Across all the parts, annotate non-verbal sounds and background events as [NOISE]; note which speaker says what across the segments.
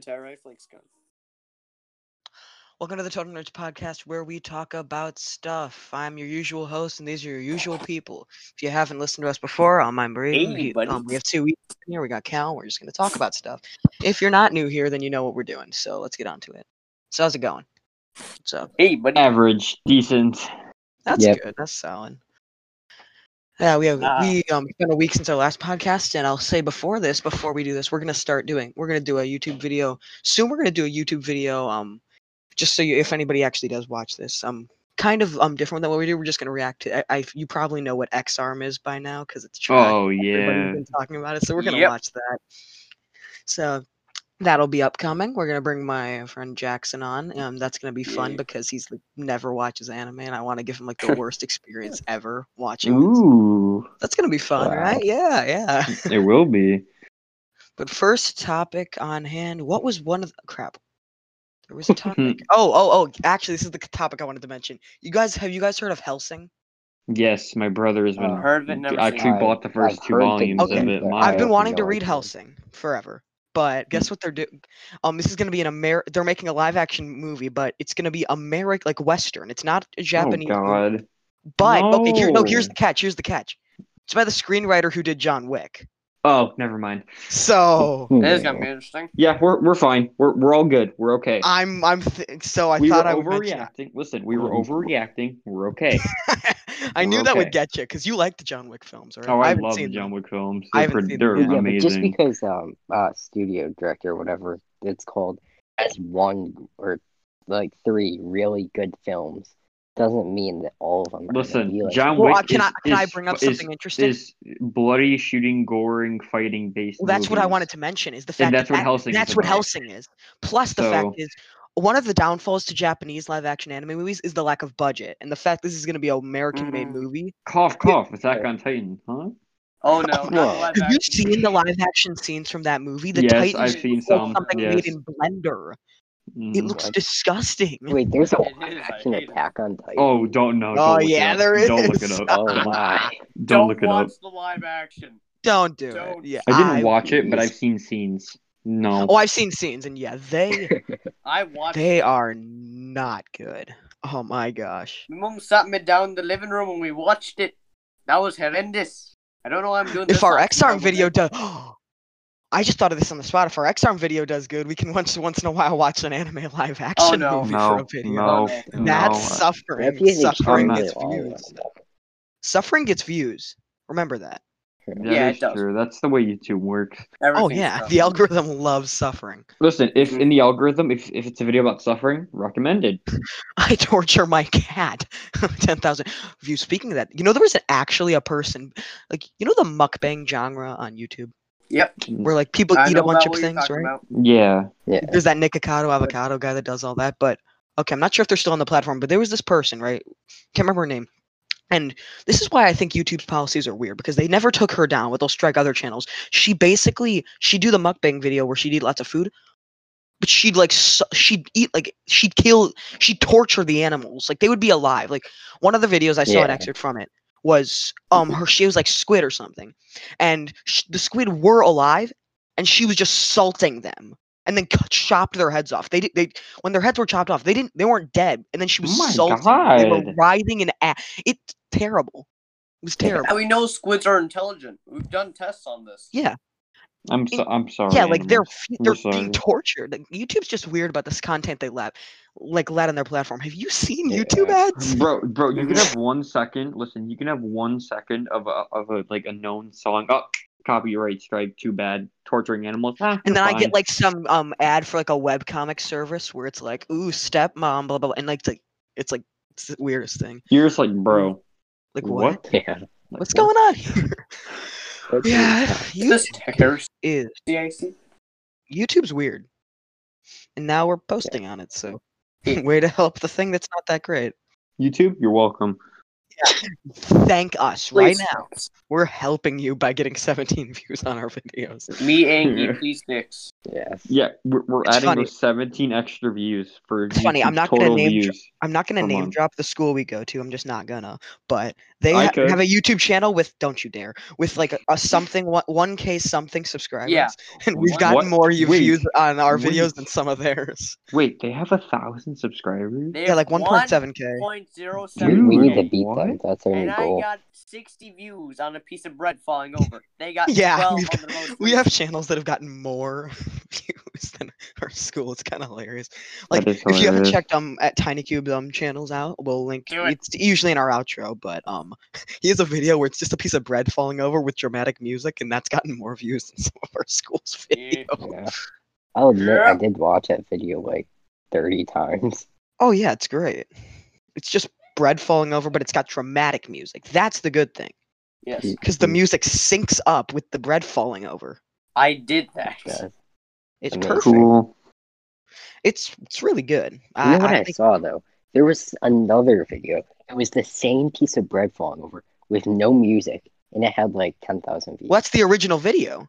Speaker 1: Tyrite Flakes gone.
Speaker 2: Welcome to the Total Nerds Podcast, where we talk about stuff. I'm your usual host, and these are your usual people. If you haven't listened to us before, I'm I'm Brady.
Speaker 1: Hey,
Speaker 2: We-
Speaker 1: buddy.
Speaker 2: um, we have two weeks in here. We got Cal. We're just going to talk about stuff. If you're not new here, then you know what we're doing. So let's get on to it. So how's it going? What's up?
Speaker 1: Hey, buddy.
Speaker 3: average, decent.
Speaker 2: That's
Speaker 3: Yep.
Speaker 2: good. That's solid. Yeah, we have
Speaker 1: Ah.
Speaker 2: we um it's been a week since our last podcast, and I'll say before this, before we do this, we're gonna start doing we're gonna do a YouTube video soon. We're gonna do a YouTube video um just so you if anybody actually does watch this um kind of um different than what we do. We're just gonna react to I, I you probably know what X arm is by now because it's tracked.
Speaker 3: Oh
Speaker 2: Everybody's
Speaker 3: yeah.
Speaker 2: been talking about it, so we're gonna
Speaker 1: Yep.
Speaker 2: watch that. So that'll be upcoming. We're gonna bring my friend Jackson on. Um, that's gonna be fun
Speaker 1: Yeah.
Speaker 2: because he's like, never watches anime, and I want to give him like
Speaker 3: [LAUGHS]
Speaker 2: the worst experience ever watching. it.
Speaker 3: Ooh,
Speaker 2: That's gonna be fun,
Speaker 3: Wow.
Speaker 2: right? Yeah,
Speaker 3: [LAUGHS]
Speaker 2: yeah. [LAUGHS]
Speaker 3: there will be.
Speaker 2: but first topic on hand. What was one of the crap? There was a
Speaker 3: [LAUGHS]
Speaker 2: topic. oh, oh, oh! Actually, this is the topic I wanted to mention. You guys, have you guys heard of Helsing?
Speaker 3: Yes, my brother has been.
Speaker 2: Oh.
Speaker 4: Uh,
Speaker 1: Heard of it, never
Speaker 3: I
Speaker 1: seen
Speaker 3: actually
Speaker 4: it.
Speaker 3: bought the first
Speaker 4: I've
Speaker 3: two
Speaker 4: heard things
Speaker 3: volumes
Speaker 2: Okay.
Speaker 3: of it.
Speaker 4: about it.
Speaker 3: My,
Speaker 2: I've been
Speaker 4: actually
Speaker 2: wanting to
Speaker 4: like
Speaker 2: read
Speaker 4: it.
Speaker 2: Helsing forever,
Speaker 3: Hmm.
Speaker 2: but guess what they're doing? Um, this is gonna be an Amer. They're making a live action movie, but it's gonna be American, like Western. It's not a Japanese.
Speaker 3: Oh
Speaker 2: movie,
Speaker 3: God.
Speaker 2: but okay, here, no, here's
Speaker 3: no.
Speaker 2: the catch. Here's the catch. It's by the screenwriter who did John Wick.
Speaker 3: Oh, never mind. [LAUGHS]
Speaker 2: So
Speaker 1: That is gonna be interesting.
Speaker 3: Yeah, we're we're fine. We're we're all good. We're okay.
Speaker 2: I'm, I'm. Th- so Oh, I
Speaker 3: we were
Speaker 2: thought I would. mention it. [LAUGHS] Oh.
Speaker 3: overreacting. Listen, we were overreacting. We're okay.
Speaker 2: I
Speaker 3: We're
Speaker 2: knew that would
Speaker 3: okay.
Speaker 2: get you because you like the John Wick films, right?
Speaker 3: Oh, I,
Speaker 2: haven't
Speaker 3: love the
Speaker 2: seen
Speaker 3: John
Speaker 2: them.
Speaker 3: Wick films.
Speaker 2: I
Speaker 3: They're,
Speaker 2: haven't
Speaker 3: pre-
Speaker 2: seen
Speaker 3: they're
Speaker 2: them.
Speaker 4: Yeah, but just
Speaker 3: amazing.
Speaker 4: because um uh studio director or whatever it's called has one or like three really good films doesn't mean that all of them. Are gonna be
Speaker 3: Listen,
Speaker 4: like
Speaker 3: John
Speaker 2: Well,
Speaker 3: Wick
Speaker 2: uh, can
Speaker 3: is,
Speaker 2: I can I
Speaker 3: is-
Speaker 2: bring up
Speaker 3: is-
Speaker 2: something interesting?
Speaker 3: is bloody, shooting, goring, fighting based.
Speaker 2: Well, that's what I
Speaker 3: movies.
Speaker 2: wanted to mention is the fact
Speaker 3: that's
Speaker 2: that
Speaker 3: what
Speaker 2: that-
Speaker 3: Hellsing is
Speaker 2: that's what
Speaker 3: about.
Speaker 2: Helsing is. Plus the fact
Speaker 3: So-
Speaker 2: is one of the downfalls to Japanese live action anime movies is the lack of budget. And the fact this is going to be an American made
Speaker 1: Mm.
Speaker 3: Mm-hmm.
Speaker 2: movie.
Speaker 3: Cough, cough. Attack on Titan, huh?
Speaker 1: Oh no,
Speaker 4: Well,
Speaker 1: not
Speaker 2: Have you seen the live action scenes from that movie? The
Speaker 3: yes,
Speaker 2: Titans
Speaker 3: I've seen
Speaker 2: was
Speaker 3: some.
Speaker 2: something
Speaker 3: yes.
Speaker 2: made in Blender.
Speaker 3: Mhm.
Speaker 2: It looks
Speaker 4: What?
Speaker 2: disgusting.
Speaker 4: Wait, there's a
Speaker 1: It is, I
Speaker 4: live action
Speaker 1: hate it.
Speaker 4: Attack on Titan.
Speaker 3: Oh, don't know.
Speaker 2: Oh, yeah, there
Speaker 3: Don't look
Speaker 2: is.
Speaker 3: it up.
Speaker 4: Oh
Speaker 2: [LAUGHS]
Speaker 4: my!
Speaker 3: Don't,
Speaker 1: Don't
Speaker 3: look it
Speaker 1: watch
Speaker 3: up.
Speaker 1: the live action.
Speaker 2: Don't do
Speaker 1: Don't.
Speaker 2: it. Yeah,
Speaker 3: I didn't watch it, but
Speaker 4: please.
Speaker 3: I've seen scenes. No.
Speaker 2: Oh, I've seen scenes, and yeah, they
Speaker 1: I watched.
Speaker 2: they are not good. Oh my gosh.
Speaker 1: My mom sat me down in the living room and we watched it. That was horrendous. I don't know why I'm doing this.
Speaker 2: If our
Speaker 1: on
Speaker 2: X arm
Speaker 1: camera.
Speaker 2: video does, [GASPS] I just thought of this on the spot. If our X arm video does good, we can once once in a while watch an anime
Speaker 1: [LAUGHS]
Speaker 2: live action
Speaker 1: Oh, no.
Speaker 2: movie for a
Speaker 3: no,
Speaker 2: video.
Speaker 3: no,
Speaker 1: That's
Speaker 3: no.
Speaker 2: That's
Speaker 3: I-
Speaker 2: suffering.
Speaker 4: That's usually
Speaker 2: Suffering
Speaker 3: not-
Speaker 2: gets views. Suffering gets views. Remember that.
Speaker 3: that
Speaker 1: Yeah,
Speaker 3: is
Speaker 1: it does.
Speaker 3: true. That's the way YouTube works.
Speaker 2: Oh
Speaker 1: Everything's
Speaker 2: yeah,
Speaker 1: rough.
Speaker 2: the algorithm loves suffering. [LAUGHS]
Speaker 3: Listen, if
Speaker 2: Mm.
Speaker 3: in the algorithm, if, if it's a video about suffering, recommended.
Speaker 2: I torture my cat. [LAUGHS] Ten thousand views. Speaking of that, you know there was actually a person, like you know the mukbang genre on YouTube,
Speaker 1: Yep.
Speaker 2: where like people
Speaker 1: I
Speaker 2: eat
Speaker 1: know
Speaker 2: a bunch
Speaker 1: about
Speaker 2: of
Speaker 1: what you're
Speaker 2: things,
Speaker 1: talking
Speaker 2: right?
Speaker 1: about.
Speaker 3: Yeah.
Speaker 4: Yeah,
Speaker 2: there's that Nikocado avocado guy that does all that, but okay, I'm not sure if they're still on the platform, but there was this person, right? Can't remember her name. And this is why I think YouTube's policies are weird because they never took her down, but they'll strike other channels. She basically she'd do the mukbang video where she'd eat lots of food, but she'd like su- she'd eat like she'd kill she'd torture the animals like they would be alive. Like one of the videos I saw an
Speaker 4: Yeah.
Speaker 2: excerpt from it was um her she was like squid or something, and sh- the squid were alive, and she was just salting them and then cut, chopped their heads off. They did they when their heads were chopped off, they didn't they weren't dead, and then she was
Speaker 3: Oh my
Speaker 2: salting. them. They were
Speaker 3: God.
Speaker 2: writhing in a It's terrible. It was terrible.
Speaker 1: And we know squids are intelligent. We've done tests on this.
Speaker 2: Yeah,
Speaker 3: I'm so, I'm sorry.
Speaker 2: yeah, like they're
Speaker 3: animals.
Speaker 2: fe-
Speaker 3: We're
Speaker 2: they're being
Speaker 3: sorry.
Speaker 2: tortured. Like, YouTube's just weird about this content they let like let on their platform. Have you seen
Speaker 4: Yeah.
Speaker 2: YouTube [LAUGHS] ads?
Speaker 3: Bro, bro, you can have one second. Listen, you can have one second of a of a like a known song. Oh, copyright strike. Too bad. Torturing animals. Ah,
Speaker 2: And
Speaker 3: you're
Speaker 2: then I
Speaker 3: fine.
Speaker 2: get like some um ad for like a webcomic service where it's like, ooh, stepmom, blah blah, blah and like it's like it's like it's the weirdest thing.
Speaker 3: You're just like, bro.
Speaker 2: Like what?
Speaker 3: what?
Speaker 4: yeah.
Speaker 3: Like,
Speaker 2: What's
Speaker 3: [LAUGHS] what?
Speaker 2: going on here?
Speaker 4: That's
Speaker 2: yeah,
Speaker 1: [LAUGHS] Is this
Speaker 2: YouTube
Speaker 1: terrorist?
Speaker 2: is
Speaker 1: CIC?
Speaker 2: YouTube's weird. And now we're posting on it, so [LAUGHS]
Speaker 1: Yeah.
Speaker 2: way to help the thing that's not that great.
Speaker 3: YouTube, you're welcome.
Speaker 2: Thank us right
Speaker 1: Please,
Speaker 2: now. We're helping you by getting [LAUGHS] 17 views on our videos.
Speaker 1: Me, E Angie,
Speaker 3: Yeah.
Speaker 1: please, Nick's.
Speaker 4: Yes.
Speaker 3: Yeah, we're, we're
Speaker 2: It's
Speaker 3: adding
Speaker 2: funny.
Speaker 3: those 17 extra views for
Speaker 2: It's funny, I'm
Speaker 3: YouTube
Speaker 2: not gonna
Speaker 3: total
Speaker 2: name dro-
Speaker 3: views.
Speaker 2: I'm not gonna
Speaker 3: Come
Speaker 2: name
Speaker 3: on.
Speaker 2: drop the school we go to. I'm just not gonna. But they
Speaker 3: I
Speaker 2: ha-
Speaker 3: could.
Speaker 2: have a YouTube channel with don't you dare with like a,
Speaker 3: [LAUGHS]
Speaker 2: a something one k something subscribers. [LAUGHS] and we've
Speaker 1: What?
Speaker 2: gotten more you
Speaker 3: Wait.
Speaker 2: views on our
Speaker 3: Wait.
Speaker 2: videos than some of theirs.
Speaker 3: Wait, they have a thousand subscribers?
Speaker 1: They
Speaker 2: Yeah, like 1.7k.
Speaker 1: Point zero
Speaker 3: Dude,
Speaker 1: seven.
Speaker 4: we need
Speaker 3: Dude,
Speaker 4: to beat them.
Speaker 3: what?
Speaker 4: That's our
Speaker 1: and
Speaker 4: new
Speaker 1: I
Speaker 4: goal.
Speaker 1: got 60 views on a piece of bread falling over. They got
Speaker 2: Yeah,
Speaker 1: 12
Speaker 2: we've
Speaker 1: on the most
Speaker 2: We have
Speaker 1: recent.
Speaker 2: channels that have gotten more [LAUGHS] views than our school. It's kind of hilarious. Like
Speaker 3: is
Speaker 2: if you haven't
Speaker 3: hilarious.
Speaker 2: checked um at Tiny Cube um channels out, we'll link.
Speaker 1: Do it.
Speaker 2: It's usually in our outro, but um, [LAUGHS] he has a video where it's just a piece of bread falling over with dramatic music, and that's gotten more views than [LAUGHS] some of our school's
Speaker 1: Yeah.
Speaker 2: video.
Speaker 4: Yeah. I'll admit, I
Speaker 1: Yeah.
Speaker 4: did watch that video like 30 times.
Speaker 2: Oh yeah, it's great. It's just bread falling over, but it's got dramatic music. That's the good thing.
Speaker 1: Yes,
Speaker 2: because the
Speaker 4: Mhm.
Speaker 2: music syncs up with the bread falling over.
Speaker 1: I did that.
Speaker 4: Yeah.
Speaker 2: It's
Speaker 4: Amazing.
Speaker 2: perfect.
Speaker 3: Cool.
Speaker 2: It's it's really good.
Speaker 4: You know what
Speaker 2: Uh, I,
Speaker 4: I,
Speaker 2: I think
Speaker 4: saw though? There was another video. It was the same piece of bread falling over with no music, and it had like ten thousand views.
Speaker 2: well, that's the original video.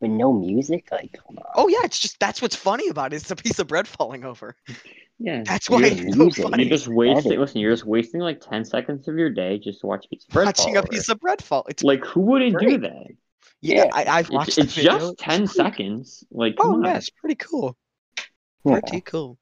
Speaker 4: But no music? Like, come on.
Speaker 2: Oh yeah, it's just that's what's funny about it. It's a piece of bread falling over. [LAUGHS]
Speaker 3: Yeah.
Speaker 2: That's
Speaker 3: you're
Speaker 2: why
Speaker 3: just-
Speaker 2: it's so
Speaker 4: using-
Speaker 2: funny.
Speaker 3: You're just wasting.
Speaker 4: Edit.
Speaker 3: Listen, you're just wasting like ten seconds of your day just to watch a piece of bread
Speaker 2: Watching
Speaker 3: fall
Speaker 2: a
Speaker 3: over.
Speaker 2: piece of bread fall. It's
Speaker 3: Like, who wouldn't do
Speaker 2: Great.
Speaker 3: that?
Speaker 2: yeah.
Speaker 1: yeah.
Speaker 2: I, I've watched
Speaker 3: It's,
Speaker 2: the
Speaker 3: it's
Speaker 2: video.
Speaker 3: just ten seconds. Like, come
Speaker 2: Oh
Speaker 3: on.
Speaker 2: yeah, it's pretty cool.
Speaker 4: Yeah.
Speaker 2: Pretty cool.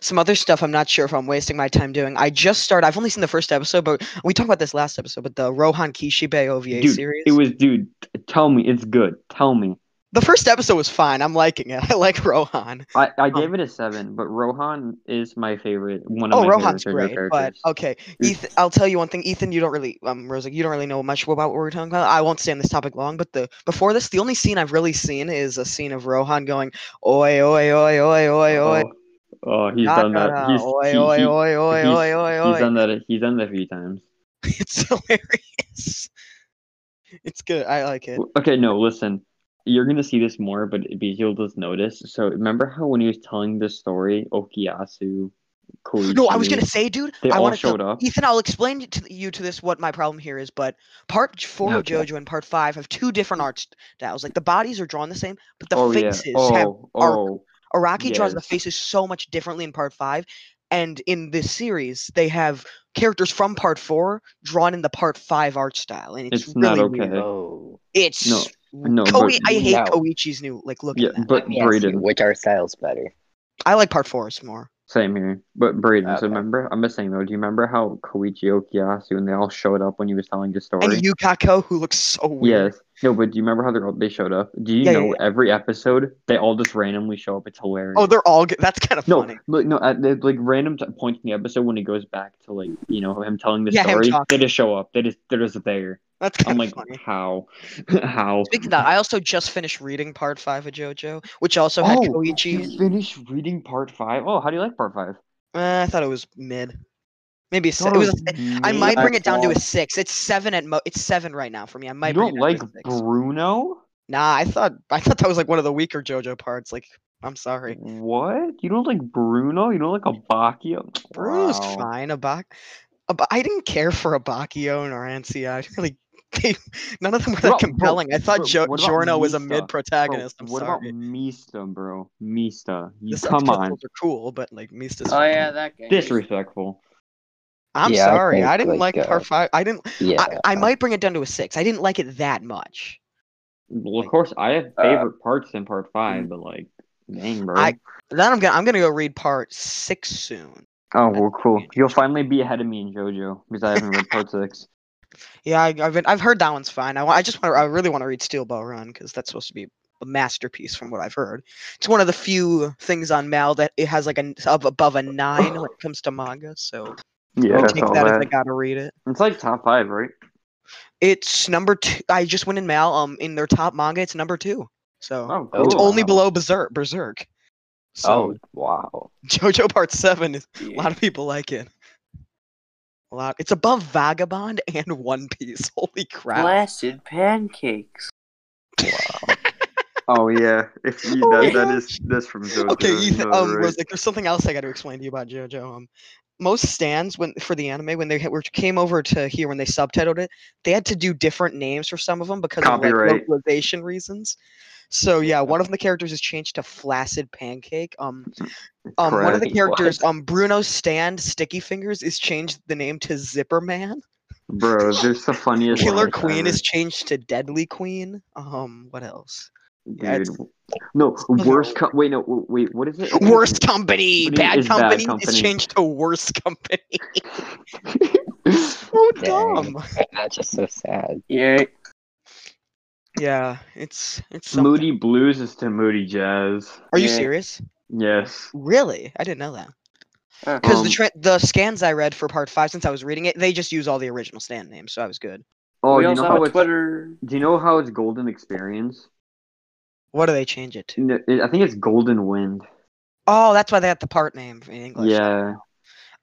Speaker 2: Some other stuff I'm not sure if I'm wasting my time doing. I just started. I've only seen the first episode, but we talked about this last episode. But the Rohan Kishibe OVA
Speaker 3: dude,
Speaker 2: series.
Speaker 3: it was dude. t- Tell me, it's good. Tell me.
Speaker 2: the first episode was fine. I'm liking it. [LAUGHS] I like Rohan.
Speaker 3: I, I gave it a seven, but Rohan is my favorite. One of
Speaker 2: Oh,
Speaker 3: my
Speaker 2: Rohan's
Speaker 3: favorite
Speaker 2: great,
Speaker 3: Joker
Speaker 2: but
Speaker 3: characters.
Speaker 2: okay. Ethan, I'll tell you one thing, Ethan. You don't really, um, Rosa, you don't really know much about what we're talking about. I won't stay on this topic long, but the before this, the only scene I've really seen is a scene of Rohan going, "Oi, oi, oi, oi, oi, oi."
Speaker 3: Oh, oh, he's
Speaker 2: "Nah,
Speaker 3: done
Speaker 2: nah,
Speaker 3: that.
Speaker 2: nah,
Speaker 3: He's,
Speaker 2: oi,
Speaker 3: he-
Speaker 2: oi,
Speaker 3: he-
Speaker 2: oi, oi,
Speaker 3: he's-
Speaker 2: oi, oi,
Speaker 3: he's
Speaker 2: oi."
Speaker 3: done that. He's done that a few times.
Speaker 2: [LAUGHS] It's hilarious. It's good. I like it.
Speaker 3: W- Okay, no, listen. You're gonna see this more, but it- you'll just notice. So remember how when he was telling this story, Okiyasu, Koichi,
Speaker 2: No, I was gonna say, dude.
Speaker 3: they
Speaker 2: I
Speaker 3: all
Speaker 2: want
Speaker 3: showed up.
Speaker 2: Ethan, I'll explain to th- you to this what my problem here is, but part four
Speaker 3: No,
Speaker 2: of
Speaker 3: okay.
Speaker 2: JoJo and part five have two different art styles. Like the bodies are drawn the same, but the
Speaker 3: oh
Speaker 2: faces
Speaker 3: yeah.
Speaker 2: have.
Speaker 3: Oh,
Speaker 2: are-
Speaker 3: oh,
Speaker 2: Araki draws the
Speaker 3: Yes.
Speaker 2: faces so much differently in part five, and in this series they have characters from part four drawn in the part five art style, and it's,
Speaker 3: It's not
Speaker 2: really
Speaker 3: okay.
Speaker 2: weird.
Speaker 4: Oh.
Speaker 2: It's
Speaker 3: No, no,
Speaker 2: Koe-
Speaker 3: but-
Speaker 2: I hate
Speaker 4: No.
Speaker 2: Koichi's new like look.
Speaker 3: yeah.
Speaker 2: at that.
Speaker 3: But
Speaker 4: Let me ask you,
Speaker 3: Brayden,
Speaker 4: which are styles better?
Speaker 2: I like part four's more.
Speaker 3: same here. But Brayden, so
Speaker 4: Okay.
Speaker 3: remember, I'm just saying though. Do you remember how Koichi Okiyasu and they all showed up when he was telling the story?
Speaker 2: And Yukako, who looks so weird.
Speaker 3: Yes. No, but do you remember how they all they showed up? Do you
Speaker 2: Yeah, yeah,
Speaker 3: know every episode they all just randomly show up? It's hilarious.
Speaker 2: Oh, they're all good. That's kind of
Speaker 3: No,
Speaker 2: funny.
Speaker 3: look, no, at the, like random t- points in the episode when he goes back to like you know him telling the
Speaker 2: Yeah, him
Speaker 3: story, they
Speaker 2: talking.
Speaker 3: just show up. They just they're just there.
Speaker 2: That's
Speaker 3: I'm
Speaker 2: kind of
Speaker 3: like,
Speaker 2: funny.
Speaker 3: how, [LAUGHS] how?
Speaker 2: Speaking of that, I also just finished reading part five of JoJo, which also had
Speaker 3: oh,
Speaker 2: Koichi.
Speaker 3: you finished reading part five. Oh, how do you like part five?
Speaker 2: Uh, I thought it was mid. Maybe a se-
Speaker 3: Thought
Speaker 2: it was. a- I
Speaker 1: Maybe
Speaker 2: might
Speaker 1: I
Speaker 2: bring it down to a
Speaker 1: thought-
Speaker 2: six. It's seven at mo. It's seven right now for me. I might
Speaker 3: You
Speaker 2: bring
Speaker 3: don't
Speaker 2: it down
Speaker 3: like
Speaker 2: to a six.
Speaker 3: Bruno?
Speaker 2: nah, I thought I thought that was like one of the weaker JoJo parts. Like, I'm sorry.
Speaker 3: What? You don't like Bruno? You don't like Abakio?
Speaker 2: Bruno's
Speaker 3: Wow.
Speaker 2: fine. Abak, Ab- I didn't care for Abakio or Ansia. I [LAUGHS] really, they, none of them were that
Speaker 3: about- bro,
Speaker 2: compelling. I thought
Speaker 3: bro,
Speaker 2: jo-
Speaker 3: what about
Speaker 2: Jorno was a
Speaker 3: Misa?
Speaker 2: mid
Speaker 3: Bro,
Speaker 2: protagonist. I'm
Speaker 3: what
Speaker 2: sorry.
Speaker 3: about Mista, bro? Mista, you
Speaker 2: This
Speaker 3: come on.
Speaker 2: are cool, but like
Speaker 1: [LAUGHS]
Speaker 2: Mista's.
Speaker 1: Oh, yeah, that guy.
Speaker 3: Disrespectful.
Speaker 2: I'm
Speaker 4: Yeah, I
Speaker 2: sorry.
Speaker 4: think,
Speaker 2: I didn't like
Speaker 4: like, uh,
Speaker 2: part five. [LAUGHS] I didn't.
Speaker 4: Yeah.
Speaker 2: I, I might bring it down to a six. I didn't like it that much.
Speaker 3: Well,
Speaker 2: Like-
Speaker 3: of course, I have
Speaker 1: Uh,
Speaker 3: favorite parts in part five, but like, dang, bro.
Speaker 2: I- Then I'm gonna I'm gonna go read part six soon.
Speaker 3: oh, well, cool. You'll finally be ahead of me in JoJo because I haven't read part six.
Speaker 2: Yeah, I, I've been, I've heard that one's fine. I, wa- I just want I really want to read Steel Ball Run because that's supposed to be a masterpiece from what I've heard. It's one of the few things on Mal that it has like a n- up above a nine when it comes to manga. So
Speaker 3: [LAUGHS] Yeah,
Speaker 2: I'll take that as I gotta read it.
Speaker 3: It's like top five, right?
Speaker 2: It's number two. I just went in Mal um in their top manga. It's number two. So
Speaker 3: Oh,
Speaker 4: Oh,
Speaker 3: cool.
Speaker 2: it's only
Speaker 4: wow.
Speaker 2: below Berserk. Berserk. So
Speaker 4: Oh, wow.
Speaker 2: JoJo Part Seven is
Speaker 1: Yeah.
Speaker 2: a lot of people like it. A lot. It's above Vagabond and One Piece. [LAUGHS] Holy crap!
Speaker 1: Blasted pancakes.
Speaker 3: Oh yeah, [LAUGHS] if you,
Speaker 2: Oh,
Speaker 3: that, that
Speaker 2: yeah.
Speaker 3: [LAUGHS] is that's from JoJo.
Speaker 2: Okay,
Speaker 3: you
Speaker 2: Ethan.
Speaker 3: know,
Speaker 2: Um,
Speaker 3: right?
Speaker 2: Rose, like, there's something else I got to explain to you about JoJo. Um, most stands when for the anime when they ha- were came over to here when they subtitled it, they had to do different names for some of them because of like,
Speaker 3: Copyright.
Speaker 2: localization reasons. So yeah, one of the characters is changed to Flaccid Pancake.
Speaker 3: [LAUGHS]
Speaker 2: Um, um one of the
Speaker 3: Correct.
Speaker 2: characters, um Bruno Stand Sticky Fingers, is changed the name to Zipperman.
Speaker 3: [LAUGHS] Bro, there's the funniest.
Speaker 2: Killer
Speaker 3: lines
Speaker 2: Queen
Speaker 3: ever.
Speaker 2: is changed to Deadly Queen. Um, what else? yeah,
Speaker 3: Dude.
Speaker 2: it's-
Speaker 3: [LAUGHS] no,
Speaker 2: no.
Speaker 3: worst. Co- wait, no, w- wait. What [LAUGHS] is it?
Speaker 2: Worst company,
Speaker 3: Company
Speaker 2: bad
Speaker 3: is bad
Speaker 2: company, is
Speaker 3: company.
Speaker 2: changed to worse company.
Speaker 3: [LAUGHS]
Speaker 2: Um,
Speaker 3: It's
Speaker 2: so
Speaker 4: Dang.
Speaker 2: dumb.
Speaker 4: That's just so sad.
Speaker 1: Yeah.
Speaker 2: Yeah, it's it's something.
Speaker 3: Moody Blues is to Moody Jazz.
Speaker 2: Are you
Speaker 1: Yeah.
Speaker 2: serious?
Speaker 3: Yes.
Speaker 2: Really? I didn't know that.
Speaker 1: Huh.
Speaker 2: [LAUGHS] Because the
Speaker 3: Um,
Speaker 2: tra- the scans I read for part five, since I was reading it, they just use all the original stand names, so I was good.
Speaker 3: Oh,
Speaker 1: we
Speaker 3: you
Speaker 1: also
Speaker 3: know
Speaker 1: have
Speaker 3: how
Speaker 1: a
Speaker 3: it's.
Speaker 1: Twitter.
Speaker 3: Do you know how it's Golden Experience?
Speaker 2: What do they change it to?
Speaker 3: No, it- I think it's Golden Wind.
Speaker 2: Oh, that's why they had the part name in English.
Speaker 3: Yeah.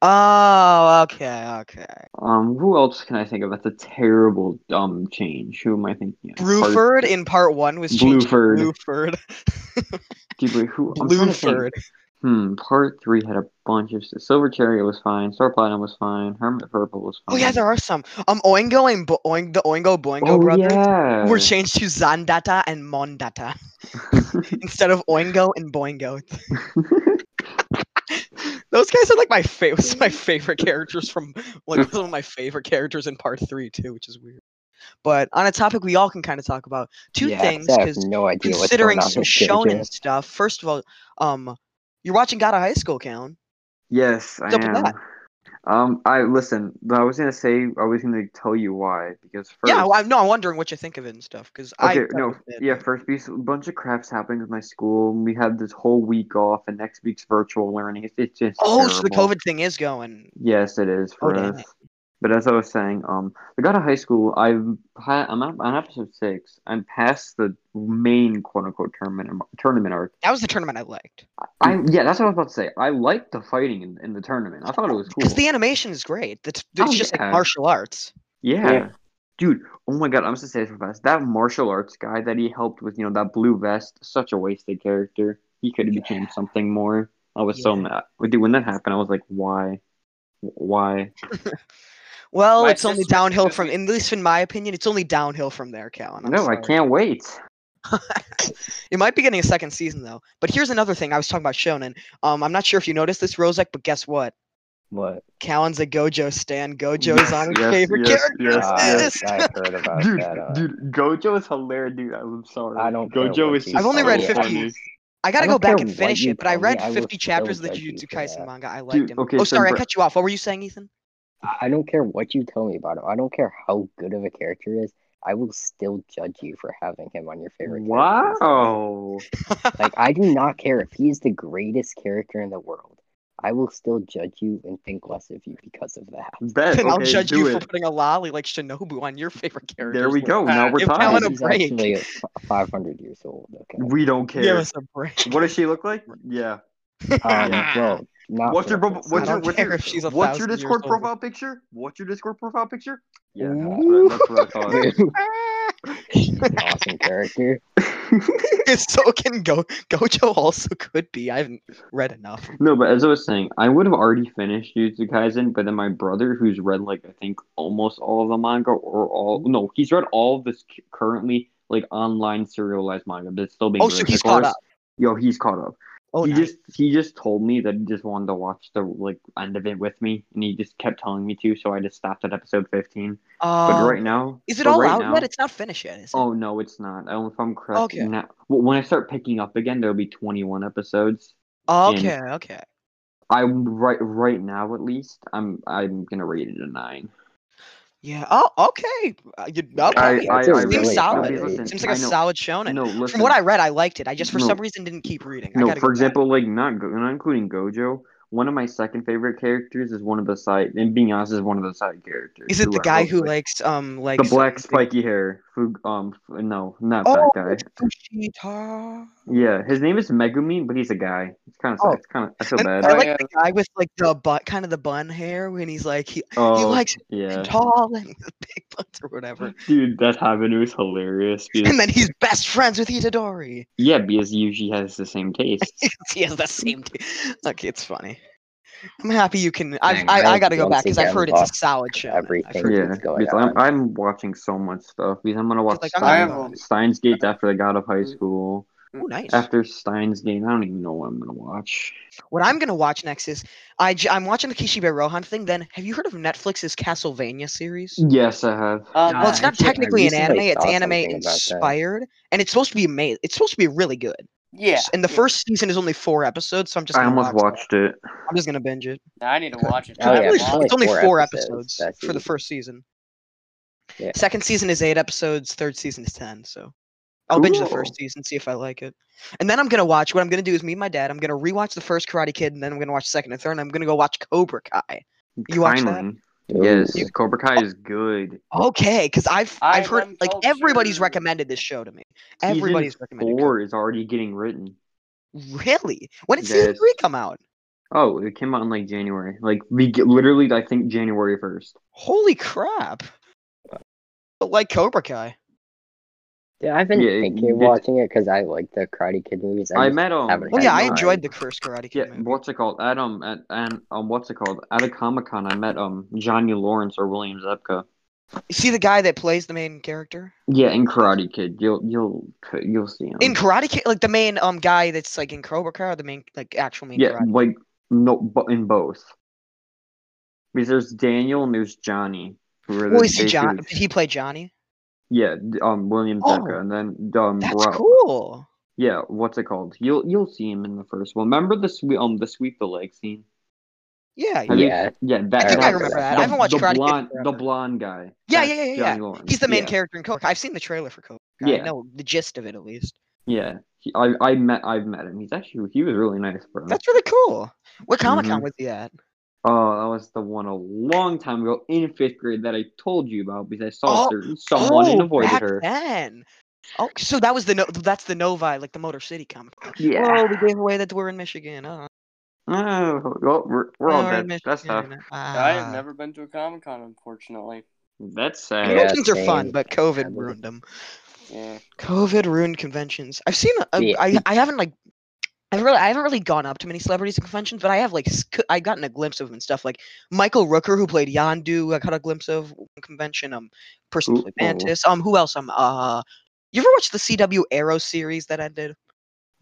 Speaker 2: Oh, okay, okay.
Speaker 3: Um. Who else can I think of? That's a terrible dumb change. Who am I thinking? Of?
Speaker 2: Bruford in part one was changed.
Speaker 3: Bluford.
Speaker 2: To Bluford. [LAUGHS]
Speaker 3: Dude, wait, who? I'm trying to think.
Speaker 2: Bluford.
Speaker 3: Hmm. Part three had a bunch of Silver Chariot was fine. Star Platinum was fine. Hermit Purple was
Speaker 2: Oh
Speaker 3: fine.
Speaker 2: yeah, there are some. Um, Oingo and Bo- Oing- the Oingo Boingo
Speaker 3: Oh,
Speaker 2: brothers
Speaker 3: yeah. [LAUGHS]
Speaker 2: were changed to Zandata and Mondata [LAUGHS] instead of Oingo and Boingo. [LAUGHS] Those guys are like my favorite. [LAUGHS] My favorite characters from like
Speaker 4: [LAUGHS]
Speaker 2: some of my favorite characters in part three too, which is weird. But on a topic we all can kind of talk about two
Speaker 4: Yeah, 'cause
Speaker 2: things
Speaker 4: I have
Speaker 2: because
Speaker 4: no idea what's
Speaker 2: considering
Speaker 4: going on
Speaker 2: some
Speaker 4: with JoJo.
Speaker 2: shonen stuff. First of all, um, you're watching God of High School, Count.
Speaker 3: Yes, I
Speaker 2: up with
Speaker 3: am.
Speaker 2: that?
Speaker 3: Um, I listen. I was gonna say I was gonna tell you why because first,
Speaker 2: Yeah, well, I'm, no, I'm wondering what you think of it and stuff because I
Speaker 3: okay,
Speaker 2: kind
Speaker 3: no,
Speaker 2: of did.
Speaker 3: yeah, first piece, a bunch of crap's happening with my school. and We had this whole week off, and next week's virtual learning. It's, it's just
Speaker 2: Oh, so the
Speaker 3: terrible.
Speaker 2: COVID thing is going.
Speaker 3: Yes, it is
Speaker 2: Oh,
Speaker 3: for
Speaker 2: dang
Speaker 3: us.
Speaker 2: it.
Speaker 3: But as I was saying, um, I got to high school. I've pa- I'm on on episode six. I'm past the main quote unquote tournament tournament arc.
Speaker 2: That was the tournament I liked
Speaker 3: I yeah, that's what I was about to say. I liked the fighting in, in the tournament. I thought it was cool.
Speaker 2: because the animation is great. It's,
Speaker 3: Oh,
Speaker 2: it's just
Speaker 3: yeah.
Speaker 2: like martial arts.
Speaker 3: Yeah.
Speaker 1: Yeah.
Speaker 3: Dude, oh my god, I'm so sad for Vest. That martial arts guy that he helped with, you know, that blue vest, such a wasted character. He could have became something more. I was so
Speaker 2: Yeah.
Speaker 3: mad. Well, Dude, when that happened, I was like, why? Why?
Speaker 2: Well,
Speaker 1: My
Speaker 2: it's only
Speaker 1: sister-
Speaker 2: downhill from, at least in my opinion, it's only downhill from there, Callan. I'm
Speaker 3: no, I
Speaker 2: sorry.
Speaker 3: can't wait.
Speaker 2: It might be getting a second season though. But here's another thing I was talking about Shonen. Um, I'm not sure if you noticed this, Rozek, but guess what?
Speaker 4: What?
Speaker 2: Callan's a Gojo stan. Gojo
Speaker 3: Yes,
Speaker 2: is on his
Speaker 3: yes,
Speaker 2: favorite
Speaker 3: yes,
Speaker 2: character.
Speaker 3: yes,
Speaker 4: Ah,
Speaker 2: list.
Speaker 4: I've heard
Speaker 2: [LAUGHS]
Speaker 4: about
Speaker 3: Dude,
Speaker 4: that. uh,
Speaker 3: dude, Gojo is hilarious, dude. I'm sorry.
Speaker 4: I don't care
Speaker 3: Gojo
Speaker 4: what
Speaker 3: is
Speaker 4: you
Speaker 3: just
Speaker 2: I've only
Speaker 3: so
Speaker 2: read
Speaker 3: funny.
Speaker 2: 50. I gotta
Speaker 4: I
Speaker 2: go
Speaker 4: don't
Speaker 2: back
Speaker 4: care
Speaker 2: and
Speaker 4: what
Speaker 2: finish
Speaker 4: you
Speaker 2: it, but I
Speaker 4: tell me,
Speaker 2: read
Speaker 4: I will
Speaker 2: 50 chapters of the
Speaker 4: still judge
Speaker 2: Jujutsu
Speaker 4: you for
Speaker 2: Kaisen
Speaker 4: that.
Speaker 2: manga. I liked
Speaker 3: Dude,
Speaker 2: him.
Speaker 3: okay,
Speaker 2: oh,
Speaker 3: so
Speaker 2: sorry, I
Speaker 3: Bra-
Speaker 2: cut you off. What were you saying, Ethan? [LAUGHS]
Speaker 4: I I don't care what you tell me about him. I don't care how good of a character he is. I will still judge you for having him on your favorite. characters.
Speaker 3: Wow.
Speaker 4: Like I do not care if he's the greatest character in the world. I will still judge you and think less of you because of that.
Speaker 2: [LAUGHS]
Speaker 3: Bet.
Speaker 2: Then I'll
Speaker 3: okay,
Speaker 2: judge
Speaker 3: do
Speaker 2: you
Speaker 3: it.
Speaker 2: for putting a lolly like Shinobu on your favorite character.
Speaker 3: There we go. Now we're
Speaker 2: Give Talon
Speaker 3: tied.
Speaker 2: a
Speaker 4: He's
Speaker 2: break.
Speaker 4: actually five hundred years old.
Speaker 3: [LAUGHS]
Speaker 4: Okay.
Speaker 3: We don't
Speaker 2: Give
Speaker 3: care.
Speaker 2: us a break.
Speaker 3: What does she look like? Yeah.
Speaker 4: Um, well, not
Speaker 3: What's
Speaker 4: for
Speaker 3: your
Speaker 4: the
Speaker 3: prob-
Speaker 4: first
Speaker 2: [LAUGHS]
Speaker 3: what's
Speaker 2: I
Speaker 3: your-
Speaker 4: time.
Speaker 2: don't care if she's a
Speaker 3: What's your
Speaker 2: thousand years
Speaker 3: Discord
Speaker 2: old.
Speaker 3: profile picture? What's your Discord profile picture? Yeah,
Speaker 4: Ooh.
Speaker 3: that's what I that's [LAUGHS] what I thought.
Speaker 2: [LAUGHS]
Speaker 4: He's an awesome character.
Speaker 2: so can Go Gojo also could be. I haven't read enough.
Speaker 3: no, but as I was saying, I would have already finished Jujutsu Kaisen, but then my brother, who's read like I think almost all of the manga or all no, he's read all of this c- currently like online serialized manga, but it's still being
Speaker 2: Oh, so
Speaker 3: written,
Speaker 2: he's
Speaker 3: of course.
Speaker 2: caught up.
Speaker 3: Yo, he's caught up.
Speaker 2: Oh,
Speaker 3: he
Speaker 2: nice.
Speaker 3: just he just told me that he just wanted to watch the like end of it with me, and he just kept telling me to, so I just stopped at episode fifteen. but
Speaker 2: Um,
Speaker 3: right now,
Speaker 2: is it
Speaker 3: but
Speaker 2: all
Speaker 3: right
Speaker 2: out
Speaker 3: now-
Speaker 2: yet? It's not finished yet, is it?
Speaker 3: Oh no, it's not. I, if I'm correct,
Speaker 2: Okay.
Speaker 3: now- well, when I start picking up again, there'll be 21 episodes.
Speaker 2: Oh, okay, okay.
Speaker 3: I'm right right now at least. I'm I'm gonna rate it a nine.
Speaker 2: Yeah. Oh, okay. Uh, you, okay.
Speaker 3: I- I-
Speaker 4: That's a
Speaker 3: I
Speaker 2: seems
Speaker 4: really
Speaker 2: solid.
Speaker 4: bad
Speaker 3: Listen,
Speaker 4: age.
Speaker 2: Seems like
Speaker 3: I
Speaker 2: a
Speaker 3: know-
Speaker 2: solid shonen.
Speaker 3: No, listen.
Speaker 2: From what I read, I liked it. I just for
Speaker 3: No.
Speaker 2: some reason didn't keep reading. I
Speaker 3: no,
Speaker 2: gotta go
Speaker 3: for
Speaker 2: back.
Speaker 3: example, like not go- not including Gojo. One of my second favorite characters is one of the side, and being honest, is one of the side characters.
Speaker 2: Is it the
Speaker 3: I
Speaker 2: guy
Speaker 3: really
Speaker 2: who
Speaker 3: like.
Speaker 2: likes um like
Speaker 3: the black
Speaker 2: some-
Speaker 3: spiky hair? Who um f- no, not
Speaker 2: [LAUGHS] Oh,
Speaker 3: that guy.
Speaker 2: Fushita.
Speaker 3: Yeah, his name is Megumi, but he's a guy. It's kind of
Speaker 2: Oh.
Speaker 3: sad. It's kind of I feel
Speaker 2: And
Speaker 3: bad.
Speaker 2: I
Speaker 1: Oh,
Speaker 2: like
Speaker 1: yeah.
Speaker 2: the guy with like the butt, kind of the bun hair when he's uh, like he,
Speaker 3: oh,
Speaker 2: he likes
Speaker 3: yeah.
Speaker 2: tall and [LAUGHS] big butts or whatever.
Speaker 3: [LAUGHS] Dude, that happened. It was hilarious. because-
Speaker 2: And then he's best friends with Itadori. [LAUGHS]
Speaker 3: yeah, because Yuji has the same taste.
Speaker 4: [LAUGHS]
Speaker 2: he has the same. T- Look, it's funny. I'm happy you can. I've,
Speaker 3: Dang,
Speaker 2: I, I
Speaker 4: right.
Speaker 2: gotta go
Speaker 4: Once
Speaker 2: back because I've
Speaker 4: again,
Speaker 2: heard it's a
Speaker 4: lost
Speaker 2: solid show. man. I've
Speaker 4: everything.
Speaker 2: heard-
Speaker 4: Here's
Speaker 3: Yeah,
Speaker 4: what's going
Speaker 3: because I'm,
Speaker 4: on.
Speaker 3: I'm watching so much stuff. Because I'm gonna watch
Speaker 2: like, I'm-
Speaker 1: I
Speaker 3: Steins,
Speaker 1: am-
Speaker 3: Steins Gate after I got up high
Speaker 2: Mm-hmm.
Speaker 3: school.
Speaker 2: Ooh, nice.
Speaker 4: Ah.
Speaker 3: After Steins Gate, I don't even know what I'm gonna watch.
Speaker 2: What I'm gonna watch next is I j- I'm watching the Kishibe Rohan thing. Then have you heard of Netflix's Castlevania series?
Speaker 3: Yes, I have.
Speaker 1: Um,
Speaker 2: Well, it's not
Speaker 4: actually, I
Speaker 2: technically an
Speaker 4: recently
Speaker 2: anime. It's
Speaker 4: saw
Speaker 2: anime
Speaker 4: something about that.
Speaker 2: inspired, and it's supposed to be amazing. It's supposed to be really good.
Speaker 1: yeah.
Speaker 2: S- And the
Speaker 1: yeah.
Speaker 2: first season is only four episodes, so I'm just.
Speaker 3: I
Speaker 2: Gonna
Speaker 3: almost
Speaker 2: watch that.
Speaker 3: watched it.
Speaker 2: I'm just gonna binge it.
Speaker 1: Nah, I need to watch it.
Speaker 4: Oh,
Speaker 1: I
Speaker 4: yeah,
Speaker 1: haven't
Speaker 2: It's only-
Speaker 4: it's
Speaker 1: watched
Speaker 4: only
Speaker 2: it's only
Speaker 4: four
Speaker 2: four,
Speaker 4: episodes,
Speaker 2: episodes,
Speaker 4: that
Speaker 2: for the
Speaker 4: season.
Speaker 2: first season.
Speaker 4: Yeah.
Speaker 2: Second season is eight episodes. Third season is ten. So I'll binge the first
Speaker 3: Cool.
Speaker 2: season, see if I like it, and then I'm gonna watch. What I'm gonna do is me and my dad. I'm gonna rewatch the first Karate Kid, and then I'm gonna watch second and third. and I'm gonna go watch Cobra Kai. You watched that?
Speaker 3: Finally.
Speaker 4: Ooh.
Speaker 3: Yes, Cobra Kai is good.
Speaker 2: Okay, because I've
Speaker 1: I
Speaker 2: I've heard
Speaker 1: am
Speaker 2: like everybody's
Speaker 1: cultured.
Speaker 2: recommended this show to me. Everybody's recommended. Cobra-
Speaker 3: Four is already getting written.
Speaker 2: Really? When did season
Speaker 3: Yes.
Speaker 2: three come out?
Speaker 3: Oh, it came out in like January, like we get- literally, I think January first.
Speaker 2: Holy crap! But like Cobra Kai.
Speaker 4: Yeah, I've been
Speaker 3: Yeah,
Speaker 4: thinking
Speaker 3: it's-
Speaker 4: of watching it because I like the Karate Kid movies. I,
Speaker 3: I
Speaker 4: just
Speaker 3: met um, him.
Speaker 4: haven't
Speaker 2: Oh
Speaker 4: had
Speaker 2: yeah, I
Speaker 4: time.
Speaker 2: enjoyed the first Karate
Speaker 3: Yeah,
Speaker 2: Kid. movie.
Speaker 3: what's it called? Adam at and um, what's it called? At a Comic Con, I met um Johnny Lawrence or William Zepka.
Speaker 2: You see the guy that plays the main character
Speaker 3: Yeah, in Karate Kid, you'll you'll you'll see him.
Speaker 2: in Karate Kid, like the main um guy that's like in Cobra Kai, or the main like actual main.
Speaker 3: yeah,
Speaker 2: Karate.
Speaker 3: like no, but in both. Because there's Daniel and there's Johnny. Who
Speaker 2: Well,
Speaker 3: are the
Speaker 2: Oh, is he John? Did
Speaker 3: basically-
Speaker 2: he play Johnny?
Speaker 3: Yeah, um, William
Speaker 2: Oh,
Speaker 3: Zepka, and then um,
Speaker 2: That's
Speaker 3: Ro-
Speaker 2: cool.
Speaker 3: Yeah, what's it called? You'll you'll see him in the first one. Remember the sweep um the sweep the leg scene?
Speaker 2: Yeah.
Speaker 3: Have you-
Speaker 4: Yeah.
Speaker 3: yeah, that.
Speaker 4: I think I
Speaker 3: that's-
Speaker 4: remember that. I
Speaker 3: the-
Speaker 2: haven't watched
Speaker 3: the
Speaker 2: Karate Kid
Speaker 3: blonde,
Speaker 2: forever.
Speaker 3: the blonde guy.
Speaker 2: Yeah,
Speaker 3: That's
Speaker 2: yeah, yeah, yeah,
Speaker 3: Johnny
Speaker 2: yeah.
Speaker 3: Lawrence.
Speaker 2: He's the main
Speaker 3: Yeah.
Speaker 2: character in Cobra. Kai. I've seen the trailer for Cobra. Kai.
Speaker 3: Yeah.
Speaker 2: I know the gist of it at least.
Speaker 3: Yeah, he, I I met I've met him. He's actually he was really nice, bro.
Speaker 2: That's really cool. What Comic Con
Speaker 3: Mhm.
Speaker 2: was he at?
Speaker 3: oh, that was the one a long time ago in fifth grade that I told you about because I saw
Speaker 2: Oh,
Speaker 3: certain someone and
Speaker 2: Oh,
Speaker 3: avoided
Speaker 2: back
Speaker 3: her.
Speaker 2: then. Oh, so that was the no- that's the Novi, like the Motor City Comic Con. Oh,
Speaker 3: Yeah.
Speaker 2: we gave away that we're in Michigan. Oh,
Speaker 3: Oh, well, we're we're all
Speaker 2: oh,
Speaker 3: dead. That's tough.
Speaker 1: I have
Speaker 2: Ah.
Speaker 1: never been to a Comic Con, unfortunately.
Speaker 3: That's sad.
Speaker 4: Yeah,
Speaker 2: Conventions are fun,
Speaker 4: same.
Speaker 2: but COVID
Speaker 4: Never.
Speaker 2: ruined them.
Speaker 1: Yeah.
Speaker 2: COVID ruined conventions. I've seen. A,
Speaker 4: Yeah.
Speaker 2: I I haven't like. I really I haven't really gone up to many celebrities at conventions, but I have like sc- I've gotten a glimpse of them and stuff. Like Michael Rooker, who played Yondu, I got a glimpse of one convention. Um, person who played
Speaker 3: Ooh.
Speaker 2: Mantis. Um, who else? Um, uh, you ever watched the CW Arrow series that ended?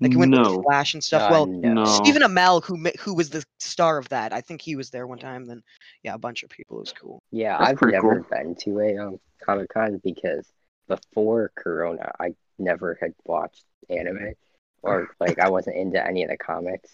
Speaker 2: Like it went with the
Speaker 3: no,
Speaker 2: Flash and stuff.
Speaker 4: Uh,
Speaker 2: well,
Speaker 3: no.
Speaker 2: Stephen Amell, who ma- who was the star of that, I think he was there one time. Then yeah, a bunch of people. It was cool.
Speaker 4: Yeah,
Speaker 3: That's
Speaker 4: I've
Speaker 3: pretty
Speaker 4: never
Speaker 3: cool.
Speaker 4: been to a um, Comic Con because before Corona, I never had watched anime
Speaker 2: [LAUGHS]
Speaker 4: or like I wasn't into any of the comics.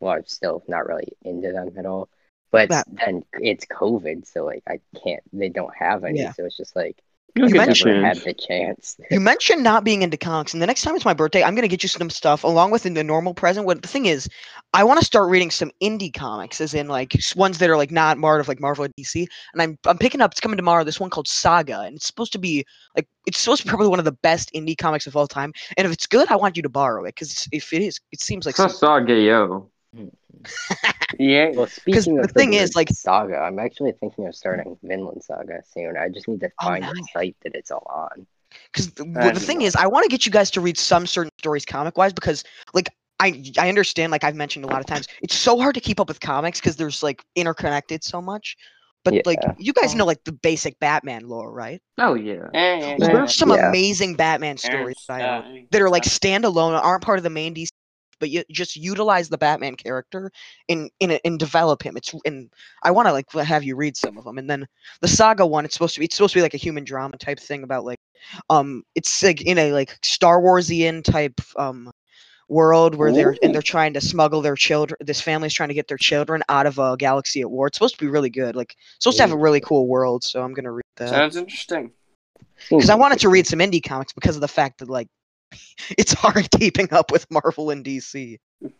Speaker 4: Well, I'm still not really into them at all. But
Speaker 2: That-
Speaker 4: then it's COVID, so like I can't. They don't have any,
Speaker 2: Yeah.
Speaker 4: so it's just like
Speaker 3: You'll
Speaker 4: I
Speaker 3: get the
Speaker 4: never had
Speaker 3: chance.
Speaker 4: the chance. [LAUGHS]
Speaker 2: you mentioned not being into comics, and the next time it's my birthday, I'm gonna get you some stuff along with the normal present. What the thing is, I want to start reading some indie comics, as in like s- ones that are like not part of like Marvel or DC. And I'm I'm picking up. It's coming tomorrow. This one called Saga, and it's supposed to be like it's supposed to be probably one of the best indie comics of all time. And if it's good, I want you to borrow it because if it is, it
Speaker 3: [LAUGHS]
Speaker 2: seems like some-
Speaker 3: Sasagayo.
Speaker 1: Yeah.
Speaker 4: Well, speaking
Speaker 2: the
Speaker 4: of
Speaker 2: thing is,
Speaker 4: word
Speaker 2: like-
Speaker 4: Saga, I'm actually thinking of starting Vinland Saga soon. I just need to
Speaker 2: Oh,
Speaker 4: find the
Speaker 2: nice.
Speaker 4: site that it's all on.
Speaker 2: because the,
Speaker 1: I
Speaker 2: well, the thing
Speaker 1: know.
Speaker 2: is i want to get you guys to read some certain stories comic wise because like I, I understand like i've mentioned a lot of times it's so hard to keep up with comics because there's like interconnected so much but like
Speaker 4: Yeah.
Speaker 2: you guys
Speaker 1: Oh.
Speaker 2: know like the basic batman lore right
Speaker 3: Oh yeah.
Speaker 1: Yeah, yeah,
Speaker 2: Well,
Speaker 1: yeah.
Speaker 2: there's some
Speaker 4: Yeah.
Speaker 2: amazing batman stories
Speaker 1: Aaron's,
Speaker 2: that, I own
Speaker 1: uh,
Speaker 2: that are like
Speaker 1: uh,
Speaker 2: standalone aren't part of the main dc but you just utilize the batman character and in, in, and develop him it's and i want to like have you read some of them and then the saga one it's supposed to be it's supposed to be like a human drama type thing about like um it's like in a like star warsian type um world where they're and they're trying to smuggle their children this family's trying to get their children out of a galaxy at war it's supposed to be really good like it's supposed to have a really cool world so i'm gonna read that
Speaker 1: Sounds interesting.
Speaker 2: because i wanted to read some indie comics because of the fact that like [LAUGHS] it's hard [LAUGHS] keeping up with marvel and dc like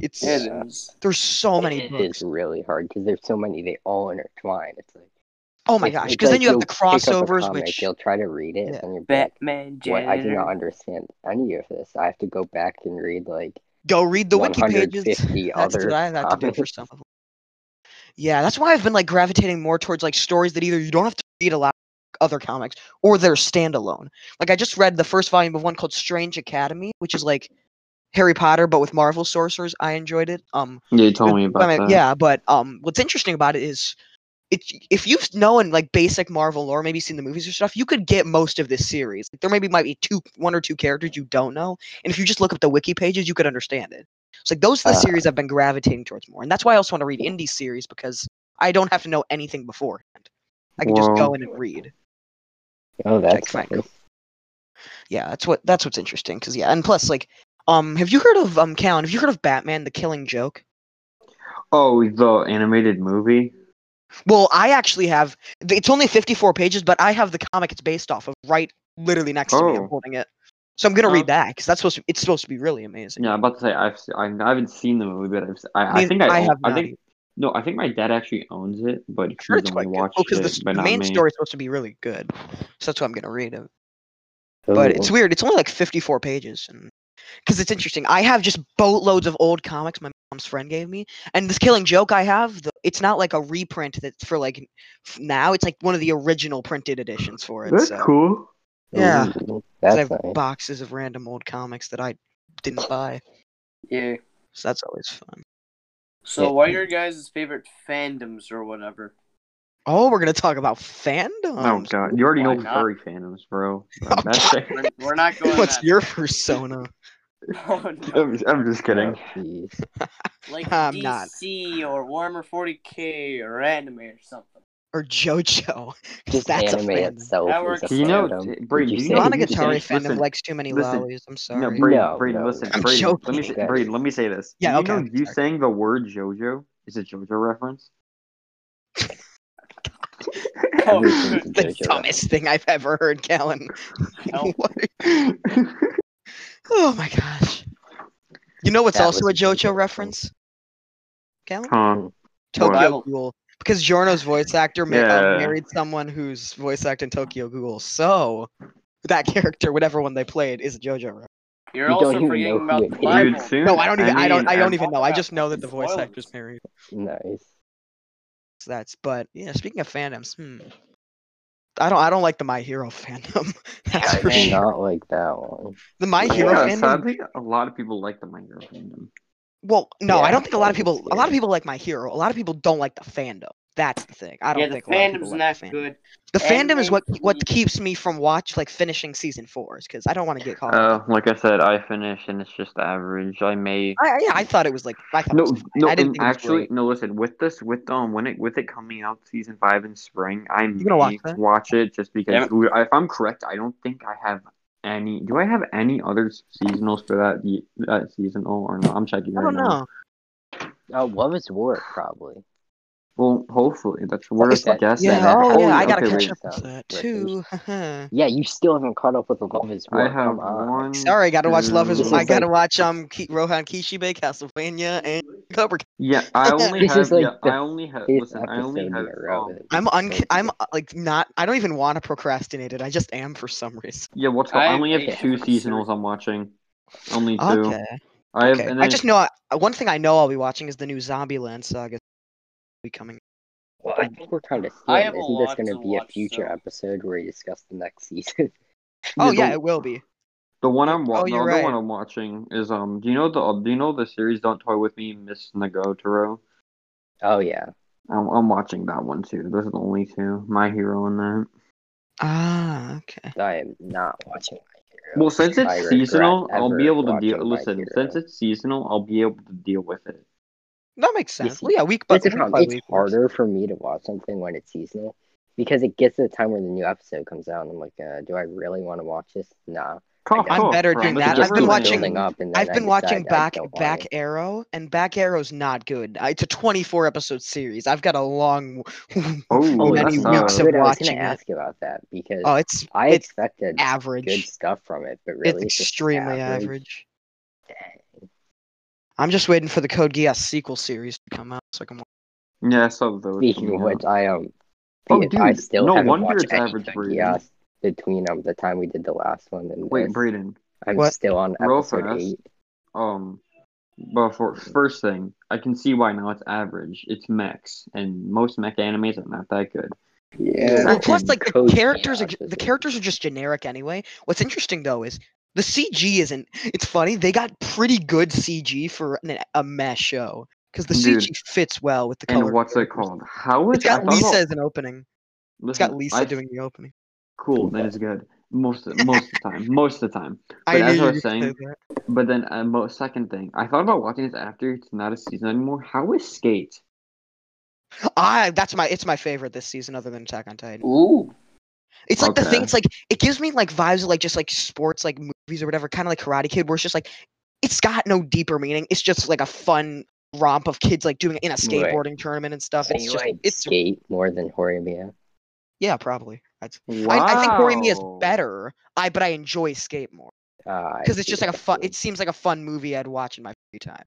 Speaker 2: it's
Speaker 1: It
Speaker 4: Yeah.
Speaker 1: is.
Speaker 2: there's so many
Speaker 4: It's
Speaker 2: books
Speaker 4: really hard because there's so many. They all intertwine. It's like
Speaker 2: oh my
Speaker 4: it's-
Speaker 2: gosh
Speaker 4: it's
Speaker 2: because
Speaker 4: like
Speaker 2: then you have
Speaker 4: you'll
Speaker 2: the
Speaker 4: pick up a
Speaker 2: crossovers
Speaker 4: comic,
Speaker 2: which
Speaker 4: you'll try to read it,
Speaker 2: Yeah.
Speaker 4: and you're back.
Speaker 1: Batman
Speaker 4: What I do
Speaker 1: janitor.
Speaker 4: not understand any of this. I have to go back and read like
Speaker 2: go read the wiki pages [LAUGHS]
Speaker 4: 150
Speaker 2: that's
Speaker 4: other
Speaker 2: what i have to do for
Speaker 4: comics.
Speaker 2: some of them yeah that's why i've been like gravitating more towards like stories that either you don't have to read a lot of other comics or they're standalone like i just read the first volume of one called strange academy which is like Harry Potter, but with Marvel sorcerers. I enjoyed it. Um,
Speaker 3: Yeah, you told me
Speaker 2: but
Speaker 3: about
Speaker 2: I mean,
Speaker 3: that.
Speaker 2: Yeah, but um, what's interesting about it is, it, if you've known like basic Marvel lore, maybe seen the movies or stuff, you could get most of this series. Like, there maybe might be two, one or two characters you don't know, and if you just look up the wiki pages, you could understand it. So like those are the
Speaker 4: Uh.
Speaker 2: series I've been gravitating towards more, and that's why I also want to read indie series because I don't have to know anything beforehand. I can just go
Speaker 3: Whoa.
Speaker 2: in and read.
Speaker 4: Oh, that's
Speaker 2: [LAUGHS] Check
Speaker 4: nice.
Speaker 2: back. Yeah, that's what that's what's interesting. Cause yeah, and plus like, um, have you heard of um, Callan? Have you heard of Batman: The Killing Joke?
Speaker 3: Oh, the animated movie.
Speaker 2: Well, I actually have. It's only 54 pages, but I have the comic it's based off of right, literally next to me. I'm
Speaker 3: Oh.
Speaker 2: holding it, so I'm gonna
Speaker 3: Oh.
Speaker 2: read that because that's supposed. To, it's supposed to be really amazing.
Speaker 3: Yeah, I'm about to say I've se- I I haven't seen the movie, but I've se- I, I
Speaker 2: Me-
Speaker 3: think I,
Speaker 2: I
Speaker 3: own-
Speaker 2: have
Speaker 3: I
Speaker 2: not.
Speaker 3: think no, I think my dad actually owns it, but he's
Speaker 2: sure, it's
Speaker 3: only
Speaker 2: quite good.
Speaker 3: watched
Speaker 2: Well, because
Speaker 3: it,
Speaker 2: the, s-
Speaker 3: but
Speaker 2: the
Speaker 3: not
Speaker 2: main
Speaker 3: me.
Speaker 2: story is supposed to be really good, so that's why I'm gonna read it. But it's
Speaker 3: Oh.
Speaker 4: Ooh.
Speaker 2: weird. It's only like 54 pages, and because it's interesting, I have just boatloads of old comics my mom's friend gave me, and this Killing Joke I have. The, it's not like a reprint that's for like f- now. It's like one of the original printed editions for it.
Speaker 3: That's
Speaker 2: so.
Speaker 3: cool.
Speaker 2: Yeah.
Speaker 4: Ooh,
Speaker 2: 'cause I
Speaker 4: oh, That's
Speaker 2: have
Speaker 4: nice.
Speaker 2: boxes of random old comics that I didn't buy,
Speaker 1: Yeah.
Speaker 2: so that's always fun.
Speaker 1: So,
Speaker 4: Yeah.
Speaker 1: what are your guys' favorite fandoms or whatever?
Speaker 2: Oh, we're gonna talk about fandoms.
Speaker 3: Oh god, you already
Speaker 1: why
Speaker 3: know
Speaker 1: not?
Speaker 3: furry fandoms,
Speaker 1: [LAUGHS]
Speaker 3: bro.
Speaker 2: Oh,
Speaker 3: That's-
Speaker 1: We're, we're
Speaker 4: [LAUGHS]
Speaker 1: not going.
Speaker 2: [LAUGHS] What's
Speaker 1: that-
Speaker 2: your persona?
Speaker 1: [LAUGHS] Oh, no.
Speaker 3: [LAUGHS] I'm, I'm just kidding.
Speaker 4: Oh,
Speaker 2: [LAUGHS]
Speaker 4: jeez.
Speaker 1: Like
Speaker 2: I'm not.
Speaker 1: DC or Warhammer 40k or anime or something.
Speaker 2: Or JoJo? [LAUGHS] 'Cause
Speaker 4: Just
Speaker 2: that's a
Speaker 4: anime
Speaker 2: fandom.
Speaker 4: itself
Speaker 1: That
Speaker 4: is
Speaker 1: works.
Speaker 4: a
Speaker 1: You know,
Speaker 4: fandom.
Speaker 3: d-
Speaker 4: Did
Speaker 3: Brady,
Speaker 4: you
Speaker 3: do you
Speaker 2: The
Speaker 4: say-
Speaker 3: know-
Speaker 2: Monogatari
Speaker 3: finish-
Speaker 2: fandom
Speaker 3: listen,
Speaker 2: likes too many
Speaker 3: listen.
Speaker 2: lollies. I'm
Speaker 3: No,
Speaker 2: sorry.
Speaker 3: Brady,
Speaker 4: No,
Speaker 3: Brady,
Speaker 4: no,
Speaker 3: listen,
Speaker 4: no.
Speaker 2: I'm
Speaker 3: Brady. Let me,
Speaker 2: joking.
Speaker 3: say, Brady, let me say this.
Speaker 2: Yeah,
Speaker 3: do you
Speaker 2: okay,
Speaker 3: know
Speaker 2: I'm
Speaker 3: you
Speaker 2: sorry.
Speaker 3: saying the word JoJo is a JoJo reference?
Speaker 1: Oh,
Speaker 4: [LAUGHS] Everything's
Speaker 2: [LAUGHS] [LAUGHS]
Speaker 4: a
Speaker 2: the
Speaker 4: JoJo
Speaker 2: dumbest thing I've ever heard,
Speaker 3: [LAUGHS]
Speaker 2: Callan.
Speaker 4: [LAUGHS]
Speaker 1: Help.
Speaker 2: [LAUGHS] What- oh my gosh! You know what's
Speaker 4: That
Speaker 2: also a
Speaker 4: was a JoJo
Speaker 2: JoJo
Speaker 4: reference.
Speaker 2: reference? Callan.
Speaker 3: huh.
Speaker 2: Tokyo
Speaker 1: What?
Speaker 2: Ghoul because Jorno's voice actor ma- uh,
Speaker 3: Yeah.
Speaker 2: married someone whose voice acted in Tokyo Ghoul. So that [LAUGHS] character, whatever one they played, is a JoJo. reference.
Speaker 1: You're
Speaker 4: You don't
Speaker 1: also
Speaker 4: even
Speaker 1: forgetting
Speaker 4: know who
Speaker 1: about
Speaker 4: it
Speaker 1: the
Speaker 4: is.
Speaker 1: Bible.
Speaker 3: Dude, soon.
Speaker 2: No, I don't even. I, don't.
Speaker 3: mean,
Speaker 2: I don't
Speaker 3: I'm-
Speaker 2: even know. I just know that the
Speaker 1: Spoilers.
Speaker 2: voice actor's married.
Speaker 4: Nice.
Speaker 2: So that's. But yeah, speaking of fandoms, hmm. I don't. I don't like the My Hero fandom. [LAUGHS] That's
Speaker 4: I
Speaker 2: for
Speaker 4: do
Speaker 1: man.
Speaker 2: sure.
Speaker 4: not like that one.
Speaker 2: The My
Speaker 4: Yeah,
Speaker 2: Hero
Speaker 3: uh, Yeah,
Speaker 2: fandom.
Speaker 3: so I think a lot of people like the My Hero fandom.
Speaker 2: Well, no, I
Speaker 4: Yeah,
Speaker 2: don't think a lot of
Speaker 4: it's
Speaker 2: people. A lot of
Speaker 4: scary.
Speaker 2: people like My Hero. A lot of people don't like the fandom. That's the thing. I don't
Speaker 1: Yeah, the
Speaker 2: think a lot of people
Speaker 1: fandom's
Speaker 2: like
Speaker 1: not
Speaker 2: the fandom.
Speaker 1: good.
Speaker 2: The fandom is what
Speaker 1: Ending
Speaker 2: what
Speaker 1: to
Speaker 2: keeps me from watch like finishing season fours because I don't want to get caught.
Speaker 3: Uh, like I said, I finished and it's just average. I may
Speaker 2: I, I- yeah, I thought it was like I thought it was
Speaker 3: no
Speaker 2: fine.
Speaker 3: no
Speaker 2: I didn't
Speaker 3: and
Speaker 2: think
Speaker 3: actually
Speaker 2: it was
Speaker 3: no listen with this with um when it with it coming out season five in spring I may
Speaker 2: gonna watch that?
Speaker 3: watch it just
Speaker 1: Yeah.
Speaker 3: because we- if I'm correct I don't think I have any do I have any other seasonals for that ye- that seasonal or no I'm checking
Speaker 2: great. I
Speaker 3: right
Speaker 2: don't
Speaker 3: now
Speaker 2: know.
Speaker 4: Oh, Love is War, probably.
Speaker 3: well hopefully that's we're
Speaker 2: It's
Speaker 3: guessing
Speaker 4: like-
Speaker 2: Yeah.
Speaker 4: that-
Speaker 2: oh
Speaker 4: holy-
Speaker 2: yeah, I gotta
Speaker 3: okay,
Speaker 2: catch
Speaker 3: wait.
Speaker 2: up with that
Speaker 4: Right,
Speaker 2: too. Haha. [LAUGHS]
Speaker 4: Yeah, you still haven't caught up with the Love is War.
Speaker 3: I have
Speaker 4: Come on.
Speaker 3: one
Speaker 2: uh, Sorry, gotta watch Love is.
Speaker 3: two-
Speaker 4: This
Speaker 2: I
Speaker 4: is
Speaker 2: gotta
Speaker 4: like-
Speaker 2: watch um Ki- Rohan Kishibe, Castlevania, and Cobra. Kai.
Speaker 3: yeah
Speaker 2: [LAUGHS]
Speaker 3: I only
Speaker 4: This
Speaker 3: have
Speaker 4: is like
Speaker 3: yeah
Speaker 4: the
Speaker 3: I only have
Speaker 4: Fifth
Speaker 3: listen I only
Speaker 4: episode
Speaker 3: have
Speaker 4: in a row.
Speaker 3: um,
Speaker 4: that
Speaker 2: I'm
Speaker 4: it's
Speaker 2: un.
Speaker 4: so
Speaker 2: I'm
Speaker 4: good.
Speaker 2: uh, like not. I don't even want to procrastinate it. I just am for some reason.
Speaker 3: yeah what's
Speaker 1: I
Speaker 3: I only
Speaker 1: hate
Speaker 3: have two
Speaker 1: that
Speaker 3: seasonals
Speaker 1: series.
Speaker 3: I'm watching only two
Speaker 2: Okay.
Speaker 3: I have
Speaker 2: okay.
Speaker 3: and
Speaker 2: I
Speaker 3: then
Speaker 2: just know. I, one thing I know I'll be watching is the new Zombieland saga. Be coming.
Speaker 4: Well, I think we're kind of
Speaker 1: I
Speaker 4: I
Speaker 1: have a
Speaker 4: Isn't this
Speaker 1: lot
Speaker 4: going
Speaker 1: to
Speaker 4: to be a
Speaker 1: watch,
Speaker 4: future
Speaker 1: so-
Speaker 4: episode where we discuss the next [LAUGHS] season?
Speaker 2: Oh
Speaker 3: the-
Speaker 2: yeah, it will be.
Speaker 3: The one I'm
Speaker 2: Oh,
Speaker 3: wa- the
Speaker 2: you're
Speaker 3: other
Speaker 2: right.
Speaker 3: one I'm watching is um. Do you know the uh, Do you know the series Don't Toy with Me, Miss Nagotoro?
Speaker 4: oh yeah,
Speaker 3: I'm I'm watching that one too. Those are the only two. My Hero and that.
Speaker 2: Ah, okay.
Speaker 4: I am not watching My Hero.
Speaker 3: Well, since
Speaker 4: I
Speaker 3: it's
Speaker 4: regret
Speaker 3: seasonal, I'll be
Speaker 4: ever
Speaker 3: able to deal.
Speaker 4: watching My
Speaker 3: Listen,
Speaker 4: Hero.
Speaker 3: since it's seasonal, I'll be able to deal with it.
Speaker 2: That makes
Speaker 4: You
Speaker 2: sense.
Speaker 4: see,
Speaker 2: Well, yeah, week by
Speaker 4: That's the
Speaker 2: week
Speaker 4: problem.
Speaker 2: by
Speaker 4: It's
Speaker 2: week works.
Speaker 4: harder for me to watch something when it's seasonal because it gets to the time where the new episode comes out, and I'm like, uh, do I really want to watch this? Nah.
Speaker 3: Cough,
Speaker 4: I'm
Speaker 3: cough,
Speaker 2: better
Speaker 3: bro.
Speaker 2: doing
Speaker 3: This
Speaker 2: that.
Speaker 3: is
Speaker 2: I've been
Speaker 3: real.
Speaker 2: watching-
Speaker 4: building up, and then
Speaker 2: I've
Speaker 4: I
Speaker 2: been watching
Speaker 4: decide I
Speaker 2: back
Speaker 4: don't want
Speaker 2: back
Speaker 4: it.
Speaker 2: Arrow, and back Arrow's not good. I- It's a 24 episode series. I've got a long, [LAUGHS]
Speaker 3: Oh,
Speaker 2: many
Speaker 3: that's
Speaker 2: weeks of
Speaker 3: uh,
Speaker 4: Good, I was
Speaker 2: watching
Speaker 4: gonna
Speaker 2: it.
Speaker 4: ask about that because
Speaker 2: Oh, it's
Speaker 4: I
Speaker 2: it's
Speaker 4: expected
Speaker 2: average.
Speaker 4: good stuff from it, but really,
Speaker 2: it's
Speaker 4: just
Speaker 2: extremely average.
Speaker 4: average.
Speaker 2: I'm just waiting for the Code Geass sequel series to come out so I can watch.
Speaker 3: yeah. I saw those.
Speaker 4: Speaking of
Speaker 3: yeah.
Speaker 4: which, I um,
Speaker 3: Oh,
Speaker 4: because I
Speaker 3: dude,
Speaker 4: still
Speaker 3: no
Speaker 4: haven't
Speaker 3: wonder
Speaker 4: watched
Speaker 3: it's
Speaker 4: any
Speaker 3: average
Speaker 4: Code
Speaker 3: rating.
Speaker 4: Geass between um the time we did the last one and
Speaker 3: Wait,
Speaker 4: this.
Speaker 3: Brayden.
Speaker 4: I'm
Speaker 2: What?
Speaker 4: still on
Speaker 3: Real
Speaker 4: episode
Speaker 3: fast.
Speaker 4: eight.
Speaker 3: Um, but for first thing, I can see why now it's average. It's mechs, and most mech animes are not that good.
Speaker 4: Yeah.
Speaker 2: Well, plus,
Speaker 3: Second
Speaker 2: like the
Speaker 4: Code
Speaker 2: characters, are,
Speaker 4: Geass
Speaker 2: ju-
Speaker 4: is
Speaker 2: the
Speaker 4: a-
Speaker 2: characters are just generic anyway. What's interesting though is The CG isn't. It's funny. They got pretty good CG for an, a mesh show because the
Speaker 3: Dude.
Speaker 2: CG fits well with the color.
Speaker 3: And what's it
Speaker 2: characters.
Speaker 3: called? How is
Speaker 2: It's got
Speaker 3: I thought
Speaker 2: Lisa
Speaker 3: about-
Speaker 2: as an opening. It's got
Speaker 3: Listen,
Speaker 2: Lisa
Speaker 3: Mm, I-
Speaker 2: doing the opening.
Speaker 3: Cool, that is good. Most of, most of the time, most of the time.
Speaker 2: I
Speaker 3: as
Speaker 2: knew
Speaker 3: I
Speaker 2: you
Speaker 3: was
Speaker 2: were
Speaker 3: saying,
Speaker 2: saying that.
Speaker 3: But then, uh, mo- second thing, I thought about watching this after it's not a season anymore. How is Skate?
Speaker 2: I that's my it's my favorite this season other than Attack on Titan.
Speaker 1: Ooh.
Speaker 2: It's like the thing.
Speaker 3: Okay.
Speaker 2: It's like it gives me like vibes of like just like sports, like movies or whatever, kind of like Karate Kid, where it's just like it's got no deeper meaning. It's just like a fun romp of kids like doing it in a
Speaker 4: Right.
Speaker 2: skateboarding tournament and stuff.
Speaker 4: So
Speaker 2: It's
Speaker 4: you
Speaker 2: just
Speaker 4: like
Speaker 2: it's
Speaker 4: skate more than Horimiya?
Speaker 2: yeah, probably. That's,
Speaker 3: Wow.
Speaker 2: I, I think Horimiya is better. I but I enjoy Skate more
Speaker 4: Uh,
Speaker 2: because it's just like a fun. It sems like a fun movie I'd watch in my free time.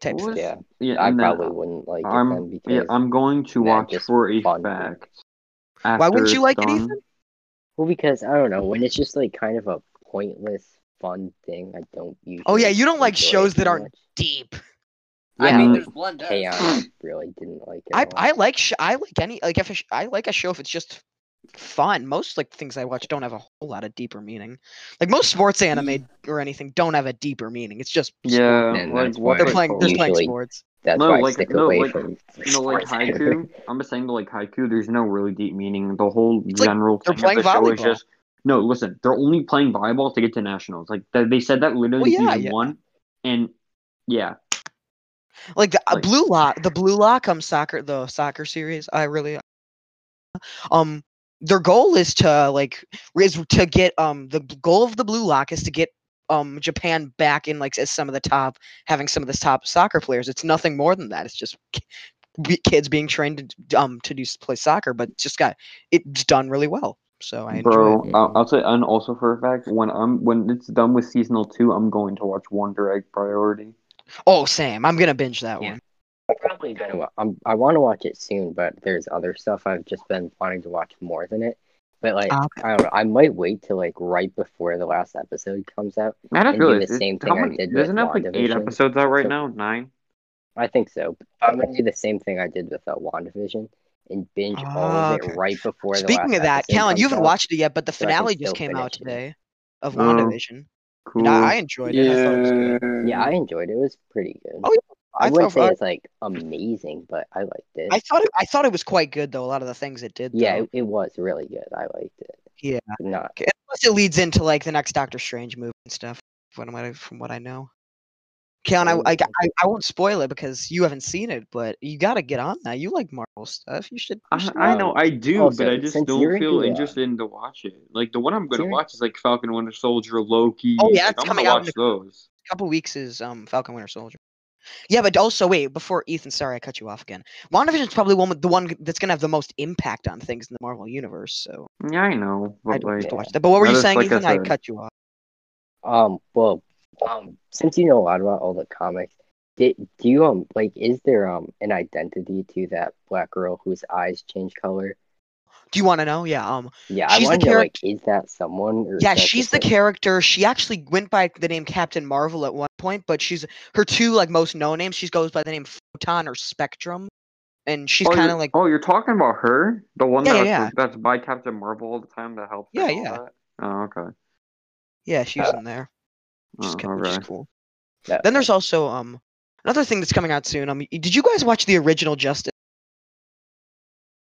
Speaker 2: Type
Speaker 3: What
Speaker 2: thing.
Speaker 3: was-
Speaker 4: Yeah,
Speaker 3: Yeah,
Speaker 4: I
Speaker 3: and then
Speaker 4: probably wouldn't like
Speaker 3: I'm-
Speaker 4: it then because
Speaker 3: yeah, I'm going to
Speaker 4: that
Speaker 3: watch
Speaker 4: just
Speaker 3: for a
Speaker 4: fun.
Speaker 3: fact.
Speaker 2: Why wouldn't
Speaker 3: after
Speaker 2: you like it,
Speaker 3: it's
Speaker 2: Ethan?
Speaker 3: done.
Speaker 4: well, because I don't know when it's just like kind of a pointless fun thing. I don't usually.
Speaker 2: Oh, yeah, you don't like
Speaker 4: enjoy
Speaker 2: shows
Speaker 4: it
Speaker 2: that
Speaker 4: too
Speaker 2: aren't
Speaker 4: much.
Speaker 2: Deep.
Speaker 1: I
Speaker 3: Yeah.
Speaker 1: mean,
Speaker 3: Mm.
Speaker 1: there's one there.
Speaker 3: [CLEARS THROAT]
Speaker 4: Chaos really didn't like it.
Speaker 2: I
Speaker 4: at all.
Speaker 2: I like sh- I like any like if a sh- I like a show if it's just fun. Most like things I watch don't have a whole lot of deeper meaning. Like most sports anime or anything don't have a deeper meaning. It's just
Speaker 3: Yeah,
Speaker 4: Then
Speaker 3: like
Speaker 4: that's why
Speaker 3: what?
Speaker 2: they're
Speaker 4: but
Speaker 2: playing they're playing
Speaker 4: usually-
Speaker 2: sports.
Speaker 4: That's
Speaker 3: No,
Speaker 4: why I
Speaker 3: like-
Speaker 4: stick
Speaker 3: no,
Speaker 4: away
Speaker 3: like-
Speaker 4: from.
Speaker 3: No, like
Speaker 4: sports.
Speaker 2: [LAUGHS]
Speaker 3: haiku. I'm just saying, like haiku. There's no really deep meaning. The whole
Speaker 2: It's like
Speaker 3: general
Speaker 2: they're
Speaker 3: thing of
Speaker 2: playing
Speaker 3: the show is
Speaker 2: volleyball.
Speaker 3: just no. Listen, they're only playing volleyball to get to nationals. Like they, they said that literally
Speaker 2: Well, yeah,
Speaker 3: season
Speaker 2: yeah.
Speaker 3: one, and yeah,
Speaker 2: Like the uh,
Speaker 3: Like-
Speaker 2: blue lock, the blue lock um soccer the soccer series. I really um their goal is to like is to get um the b- goal of the blue lock is to get um Japan back in like as some of the top having some of the top soccer players. It's nothing more than that. It's just ki- be- kids being trained to d- um to do s- play soccer, but it's just got it's done really well. So I enjoy
Speaker 3: bro.
Speaker 2: it.
Speaker 3: I'll, I'll say, and also for a fact, when I'm when it's done with seasonal two, I'm going to watch Wonder Egg Priority.
Speaker 2: Oh, Sam, I'm gonna binge that
Speaker 4: Yeah.
Speaker 2: one.
Speaker 4: I'm probably gonna. wa- I'm, I want to watch it soon, but there's other stuff I've just been wanting to watch more than it. But like,
Speaker 2: Ah,
Speaker 4: I don't know. I might wait till like right before the last episode comes out.
Speaker 3: Man, I
Speaker 4: And do
Speaker 3: feel like
Speaker 4: the same
Speaker 3: how
Speaker 4: thing I
Speaker 3: many,
Speaker 4: did with
Speaker 3: doesn't it have like eight
Speaker 4: WandaVision.
Speaker 3: episodes out right
Speaker 4: So-
Speaker 3: now? Nine.
Speaker 4: I think so. But I'm gonna do the same thing I did with uh, WandaVision and binge all
Speaker 2: Ah,
Speaker 4: of it
Speaker 2: okay.
Speaker 4: right before the last
Speaker 2: Speaking of that,
Speaker 4: episode
Speaker 2: Callan, you
Speaker 4: comes
Speaker 2: haven't
Speaker 4: out.
Speaker 2: watched it yet, but the
Speaker 4: so I can
Speaker 2: finale just
Speaker 4: still
Speaker 2: came out
Speaker 4: finish it. Um,
Speaker 2: today of
Speaker 3: No.
Speaker 2: WandaVision.
Speaker 3: Cool.
Speaker 2: And I, I enjoyed it. I thought it was good.
Speaker 4: Yeah, I enjoyed it. It was pretty good.
Speaker 2: Oh, yeah.
Speaker 4: I,
Speaker 2: I
Speaker 4: wouldn't
Speaker 2: thought-
Speaker 4: say it's like amazing, but I liked it.
Speaker 2: I thought it, I thought it was quite good though. A lot of the things it did.
Speaker 4: yeah,
Speaker 2: though.
Speaker 4: it, it was really good. I liked it.
Speaker 2: yeah.
Speaker 4: Not
Speaker 2: Okay, Unless it leads into like the next Doctor Strange movie and stuff. From what I from what I know, Callan, I,
Speaker 3: Oh.
Speaker 2: I I I won't spoil it because you haven't seen it, but you got to get on that. You like Marvel stuff. You should. you
Speaker 3: I,
Speaker 2: should
Speaker 3: Uh-huh,
Speaker 2: uh,
Speaker 3: I
Speaker 2: know.
Speaker 3: know I do,
Speaker 4: Also,
Speaker 3: but I just
Speaker 4: since you're
Speaker 3: don't feel
Speaker 4: into, uh,
Speaker 3: interested in to watch it. Like the one I'm going to
Speaker 4: you're-
Speaker 3: watch is like Falcon Winter Soldier, Loki.
Speaker 2: Oh, yeah,
Speaker 3: like,
Speaker 2: it's
Speaker 3: I'm
Speaker 2: coming
Speaker 3: gonna
Speaker 2: out in
Speaker 3: watch those.
Speaker 2: couple weeks is um Falcon Winter Soldier. Yeah, but also wait, before Ethan, sorry I cut you off again. WandaVision is probably one with the one that's gonna have the most impact on things in the Marvel universe. So
Speaker 3: Yeah, I know,
Speaker 2: I
Speaker 3: but
Speaker 2: don't
Speaker 3: like
Speaker 2: have to watch that. But what were you
Speaker 3: Oh, That is
Speaker 2: saying,
Speaker 3: like I
Speaker 2: Ethan? I
Speaker 3: said.
Speaker 2: cut you off.
Speaker 4: Um, well, um, since you know a lot about all the comics, did, do you um like is there um an identity to that black girl whose eyes change color?
Speaker 2: Do you want to know? Yeah. Um.
Speaker 4: Yeah, I
Speaker 2: She's the
Speaker 4: want to know like is that someone or is
Speaker 2: Yeah,
Speaker 4: that
Speaker 2: she's
Speaker 4: just,
Speaker 2: the
Speaker 4: like-
Speaker 2: character. She actually went by the name Captain Marvel at one point, but she's her two like most known names. She goes by the name Photon or Spectrum, and she's
Speaker 3: oh,
Speaker 2: kind
Speaker 3: you're-
Speaker 2: of like
Speaker 3: oh, you're talking about her, the one
Speaker 2: Yeah,
Speaker 3: that
Speaker 2: yeah,
Speaker 3: was- that's by Captain Marvel all the time that helps. her
Speaker 2: Yeah,
Speaker 3: and all
Speaker 2: yeah.
Speaker 3: that? Oh, okay.
Speaker 2: yeah, she's in there. Which is,
Speaker 3: Uh, Oh,
Speaker 2: ki- which is
Speaker 3: okay.
Speaker 2: cool.
Speaker 4: that-
Speaker 2: Then there's also um another thing that's coming out soon. Um, did you guys watch the original Justice?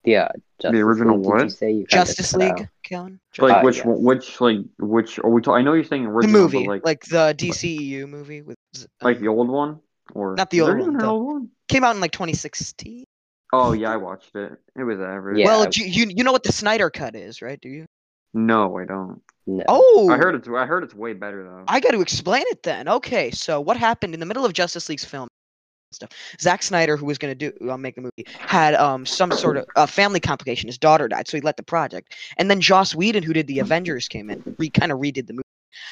Speaker 4: yeah, Justice
Speaker 3: original
Speaker 4: League. Did you
Speaker 3: what?
Speaker 4: say you kinda
Speaker 2: Justice
Speaker 4: cut
Speaker 2: League,
Speaker 4: out?
Speaker 2: Callan?
Speaker 3: Like
Speaker 4: Uh,
Speaker 3: which
Speaker 4: yes.
Speaker 3: one which like which are we? Ta- I know you're saying
Speaker 2: the
Speaker 3: original, but,
Speaker 2: movie, like,
Speaker 3: like
Speaker 2: the DCEU movie with Z-
Speaker 3: like
Speaker 2: um,
Speaker 3: the old one or
Speaker 2: Not the
Speaker 3: Is there
Speaker 2: old one,
Speaker 3: even an
Speaker 2: the-
Speaker 3: old one.
Speaker 2: came out in like 2016.
Speaker 3: Oh yeah, I watched it. It was average.
Speaker 4: Yeah.
Speaker 2: Well, you, you you know what the Snyder cut is, right? Do you?
Speaker 3: No, I don't.
Speaker 4: No.
Speaker 2: Oh,
Speaker 3: I heard it's I heard it's way better though.
Speaker 2: I got to explain it then. Okay, so what happened in the middle of Justice League's film? Stuff. Zack Snyder, who was going to do uh, make the movie, had um some sort of uh, family complication. His daughter died, so he let the project. And then Joss Whedon, who did
Speaker 3: Mm-hmm.
Speaker 2: the Avengers, came in, re- kind of redid the movie,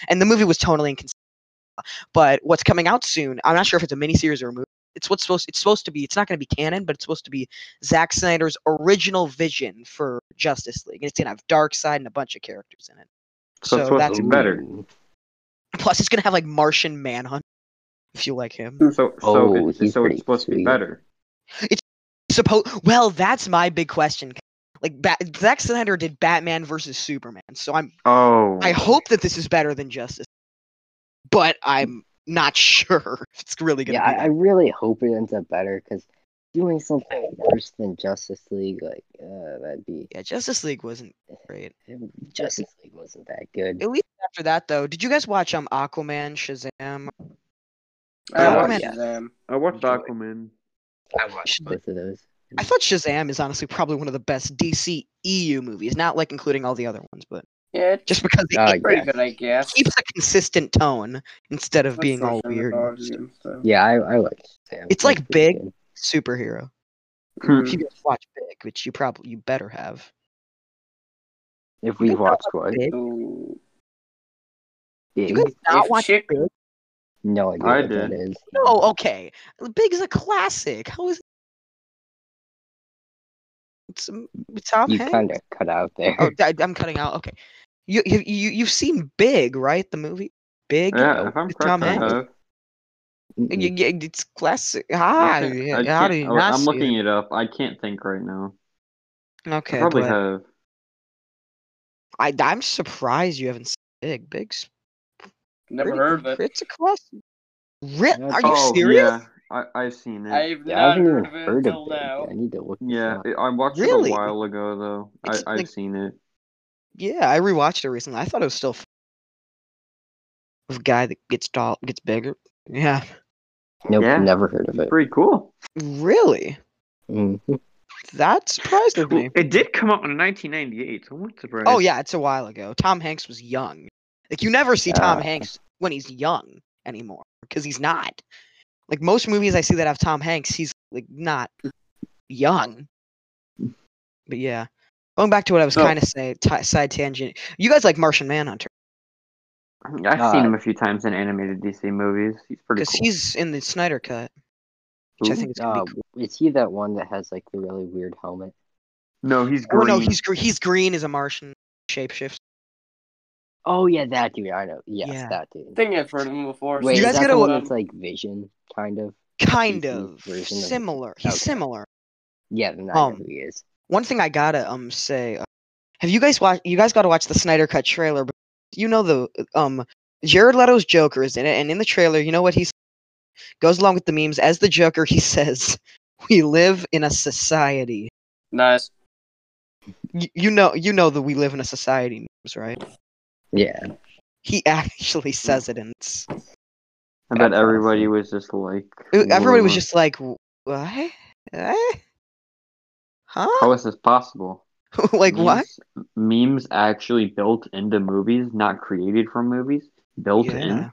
Speaker 2: and the movie was totally inconsistent. But what's coming out soon? I'm not sure if it's a miniseries or a movie. It's what's supposed. It's supposed to be. It's not going to be canon, but it's supposed to be Zack Snyder's original vision for Justice League, and it's going to have Dark Side and a bunch of characters in it.
Speaker 3: So it's supposed to be better.
Speaker 4: Ooh.
Speaker 2: Plus, it's gonna have like Martian Manhunt if you like him.
Speaker 3: So, so,
Speaker 4: Oh,
Speaker 3: it-
Speaker 4: he's
Speaker 3: so
Speaker 4: pretty
Speaker 3: it's supposed to be
Speaker 4: sweet.
Speaker 3: better.
Speaker 2: Suppose well, that's my big question. Like Bat- Zack Snyder did Batman versus Superman, so I'm
Speaker 3: Oh,
Speaker 2: I hope that this is better than Justice. but I'm not [LAUGHS] sure if it's really gonna
Speaker 4: yeah,
Speaker 2: be.
Speaker 4: I, I
Speaker 2: that.
Speaker 4: really hope it ends up better because doing something worse than Justice League, like uh, that'd be
Speaker 2: yeah, Justice League wasn't great.
Speaker 4: Justice League wasn't that good.
Speaker 2: At least after that though, did you guys watch um Aquaman, Shazam?
Speaker 1: I
Speaker 3: Uh,
Speaker 1: watched
Speaker 4: yeah.
Speaker 1: them.
Speaker 3: I watched
Speaker 4: Enjoy.
Speaker 3: Aquaman.
Speaker 4: I watched both of those.
Speaker 2: I thought Shazam is honestly probably one of the best DC EU movies, not like including all the other ones, but
Speaker 1: Yeah, it's
Speaker 2: just because it
Speaker 4: Uh,
Speaker 1: pretty
Speaker 4: yes.
Speaker 1: good, I guess.
Speaker 2: keeps a consistent tone instead of
Speaker 1: What's
Speaker 2: being
Speaker 1: those
Speaker 2: all
Speaker 1: in the
Speaker 2: weird and
Speaker 1: dogs and stuff?
Speaker 4: Yeah, I, I watched. Sam.
Speaker 2: It's, like,
Speaker 4: That's pretty
Speaker 2: big.
Speaker 4: good.
Speaker 2: superhero. If
Speaker 1: Mhm.
Speaker 2: you guys watch Big, which you probably you better have.
Speaker 4: If we
Speaker 2: guys
Speaker 4: watched one,
Speaker 2: Big?
Speaker 1: Ooh.
Speaker 2: You
Speaker 4: big.
Speaker 2: guys not
Speaker 1: If
Speaker 2: watch
Speaker 1: chick-
Speaker 2: Big?
Speaker 4: No idea
Speaker 3: I
Speaker 4: what that is.
Speaker 2: No, okay. Big is a classic. How is it's um, Tom
Speaker 4: you
Speaker 2: Hanks?
Speaker 4: kind of cut out there. [LAUGHS]
Speaker 2: Oh, I, I'm cutting out. Okay, you you you you've seen Big, right? The movie Big.
Speaker 3: Yeah, if I'm
Speaker 2: with
Speaker 3: correct,
Speaker 2: Tom
Speaker 3: I
Speaker 2: Hanks.
Speaker 3: have.
Speaker 4: Mm-mm.
Speaker 2: You- you- it's classic. Ah,
Speaker 3: I can't- I
Speaker 2: how
Speaker 3: can't-
Speaker 2: do you
Speaker 3: I-
Speaker 2: not
Speaker 3: I'm
Speaker 2: see
Speaker 3: looking
Speaker 2: it?
Speaker 3: it up. I can't think right now. I
Speaker 2: Okay,
Speaker 3: probably
Speaker 2: but
Speaker 3: have.
Speaker 2: I I'm surprised you haven't seen Big. Big's
Speaker 1: Never
Speaker 2: pretty-
Speaker 1: heard of it.
Speaker 2: It's a classic. Ri-
Speaker 4: Yeah,
Speaker 2: Are you
Speaker 3: oh,
Speaker 2: serious?
Speaker 3: yeah. I, I've seen it.
Speaker 1: I've
Speaker 4: Yeah, I
Speaker 1: not
Speaker 4: haven't even
Speaker 1: heard of it
Speaker 4: heard
Speaker 1: until
Speaker 4: of it.
Speaker 1: now.
Speaker 4: I need to look. this
Speaker 3: Yeah,
Speaker 4: up.
Speaker 3: it- I watched
Speaker 2: Really?
Speaker 3: it a while ago, though. I,
Speaker 2: It's
Speaker 3: I've
Speaker 2: like-
Speaker 3: seen it.
Speaker 2: Yeah, I rewatched it recently. I thought it was still f- of a guy that gets tall, gets bigger. Yeah,
Speaker 4: Nope,
Speaker 3: Yeah.
Speaker 4: never heard of
Speaker 3: It's
Speaker 4: it.
Speaker 3: pretty cool.
Speaker 2: really? [LAUGHS]
Speaker 4: Mhm.
Speaker 2: That surprised
Speaker 3: [LAUGHS]
Speaker 2: me.
Speaker 3: It did come out in 1998, so I'm not surprised.
Speaker 2: Oh yeah, it's a while ago. Tom Hanks was young. Like you never see Tom
Speaker 4: Yeah.
Speaker 2: Hanks when he's young anymore because he's not. Like most movies I see that have Tom Hanks, he's like not young. But yeah, going back to what I was
Speaker 1: So-
Speaker 2: kind of saying, t- side tangent. You guys like Martian Manhunter
Speaker 3: I've
Speaker 4: Uh,
Speaker 3: seen him a few times in animated DC movies. He's pretty
Speaker 2: because
Speaker 3: cool.
Speaker 2: he's in the Snyder cut, which I
Speaker 3: Ooh.
Speaker 2: think is gonna
Speaker 4: Uh,
Speaker 2: be.
Speaker 4: is he that one that has like the really weird helmet?
Speaker 3: No, he's
Speaker 2: Cool.
Speaker 3: green.
Speaker 2: Oh no, he's gre- he's green as a Martian shapeshift.
Speaker 4: Oh yeah, that dude. I know. Yes,
Speaker 2: Yeah.
Speaker 4: that
Speaker 1: I
Speaker 4: dude.
Speaker 1: think I've heard of him before.
Speaker 4: Wait,
Speaker 2: You
Speaker 4: is
Speaker 2: guys
Speaker 4: that
Speaker 2: gotta
Speaker 4: the one
Speaker 2: look-
Speaker 4: that's like Vision, kind of?
Speaker 2: Kind
Speaker 4: DC
Speaker 2: of
Speaker 4: version of-
Speaker 2: similar. He's
Speaker 4: okay.
Speaker 2: similar.
Speaker 4: Yeah, then I
Speaker 2: Um,
Speaker 4: know who he is.
Speaker 2: One thing I gotta um say, uh, have you guys watched? You guys gotta watch the Snyder Cut trailer. But you know the um Jared Leto's Joker is in it, and in the trailer, you know what he s- goes along with the memes. As the Joker, he [LAUGHS] says, "We live in a society."
Speaker 1: Nice.
Speaker 2: Y- you know, you know that we live in a society memes, right?
Speaker 4: Yeah.
Speaker 2: [LAUGHS] He actually says it, e-, and it's,
Speaker 3: I bet everybody was just like.
Speaker 2: it- everybody was
Speaker 3: "Whoa,
Speaker 2: just like, "Wh- "What? Eh? Huh?
Speaker 3: How is this possible?
Speaker 2: [LAUGHS] like what?"
Speaker 3: Memes- Memes actually built into movies, not created from movies. Built
Speaker 2: Yeah.
Speaker 3: in.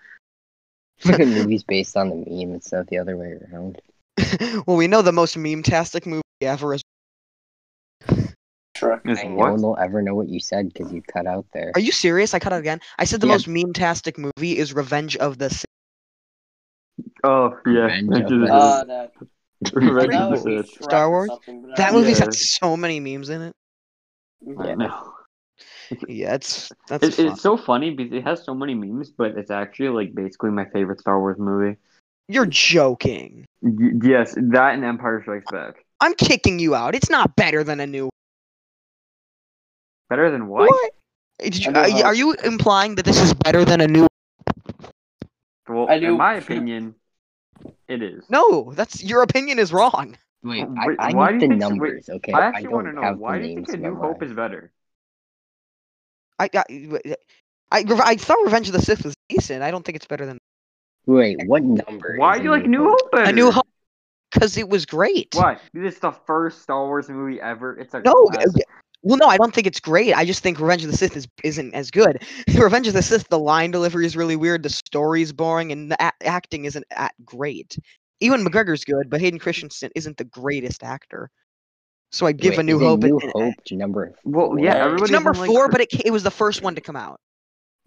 Speaker 4: Like a movie's based on the meme and stuff the other way around.
Speaker 2: [LAUGHS] well, we know the most meme-tastic movie ever is.
Speaker 1: Sure.
Speaker 3: Is
Speaker 4: I No
Speaker 3: what?
Speaker 4: one will ever know what you said because you cut out there.
Speaker 2: Are you serious? I cut out again. I said the
Speaker 4: Yeah.
Speaker 2: most meme-tastic movie is Revenge of the. Sith.
Speaker 3: Oh yeah,
Speaker 4: Revenge
Speaker 3: Revenge of [LAUGHS]
Speaker 4: of
Speaker 3: the
Speaker 1: Ah, that,
Speaker 3: Sith.
Speaker 1: that
Speaker 3: Revenge
Speaker 2: Pretty
Speaker 3: of the
Speaker 1: would
Speaker 2: cool.
Speaker 1: be
Speaker 3: Sith.
Speaker 1: Shrek
Speaker 2: Star
Speaker 1: or
Speaker 2: Wars?
Speaker 1: something, but I
Speaker 2: That
Speaker 1: don't Mm-hmm.
Speaker 2: movie's
Speaker 3: Yeah.
Speaker 2: had so many memes in it.
Speaker 1: know.
Speaker 3: I
Speaker 1: Yeah.
Speaker 3: know.
Speaker 2: Yeah, it's that's
Speaker 3: It,
Speaker 2: fun.
Speaker 3: it's so funny because it has so many memes, but it's actually like basically my favorite Star Wars movie.
Speaker 2: You're joking.
Speaker 3: Y- yes, that and Empire Strikes Back.
Speaker 2: I'm kicking you out. It's not better than a new.
Speaker 3: Better than what?
Speaker 2: Eh, Did you,
Speaker 1: I don't
Speaker 2: are, you-
Speaker 1: know.
Speaker 2: are you implying that this is better than a new?
Speaker 3: Well,
Speaker 1: I do-
Speaker 3: in my opinion, it is.
Speaker 2: No, that's your opinion is wrong.
Speaker 4: Wait,
Speaker 3: Wait,
Speaker 4: I, I
Speaker 3: why
Speaker 4: need
Speaker 3: do you
Speaker 4: the
Speaker 3: think- wait,
Speaker 4: numbers, okay?
Speaker 3: I actually
Speaker 4: don't
Speaker 3: want to know
Speaker 4: have the
Speaker 3: why do you think
Speaker 4: names
Speaker 3: A New Hope is better?
Speaker 2: I I, I, I thought Revenge of the Sith was decent. I don't think it's better than
Speaker 4: Wait, what number?
Speaker 3: Why
Speaker 4: is
Speaker 3: do you
Speaker 4: A
Speaker 3: like New Hope? Better?
Speaker 2: a New Hope because it was great.
Speaker 3: Why? This is the first Star Wars movie ever. It's a
Speaker 2: No,
Speaker 3: classic.
Speaker 2: uh, well, no, I don't think it's great. I just think Revenge of the Sith is, isn't as good. [LAUGHS] Revenge of the Sith, the line delivery is really weird, the story's boring, and the a- acting isn't at great. Even
Speaker 4: Mm-hmm.
Speaker 2: McGregor's good, but Hayden Christensen isn't the greatest actor. So I give
Speaker 4: Wait,
Speaker 2: a new
Speaker 4: is
Speaker 2: hope.
Speaker 3: [LAUGHS]
Speaker 4: New
Speaker 2: an-
Speaker 4: Hope number.
Speaker 3: Well,
Speaker 4: four?
Speaker 3: yeah,
Speaker 1: It's
Speaker 3: everybody's
Speaker 2: it's number
Speaker 3: been, like,
Speaker 2: four,
Speaker 3: cr-
Speaker 2: but it, ca- it was the first one to come out.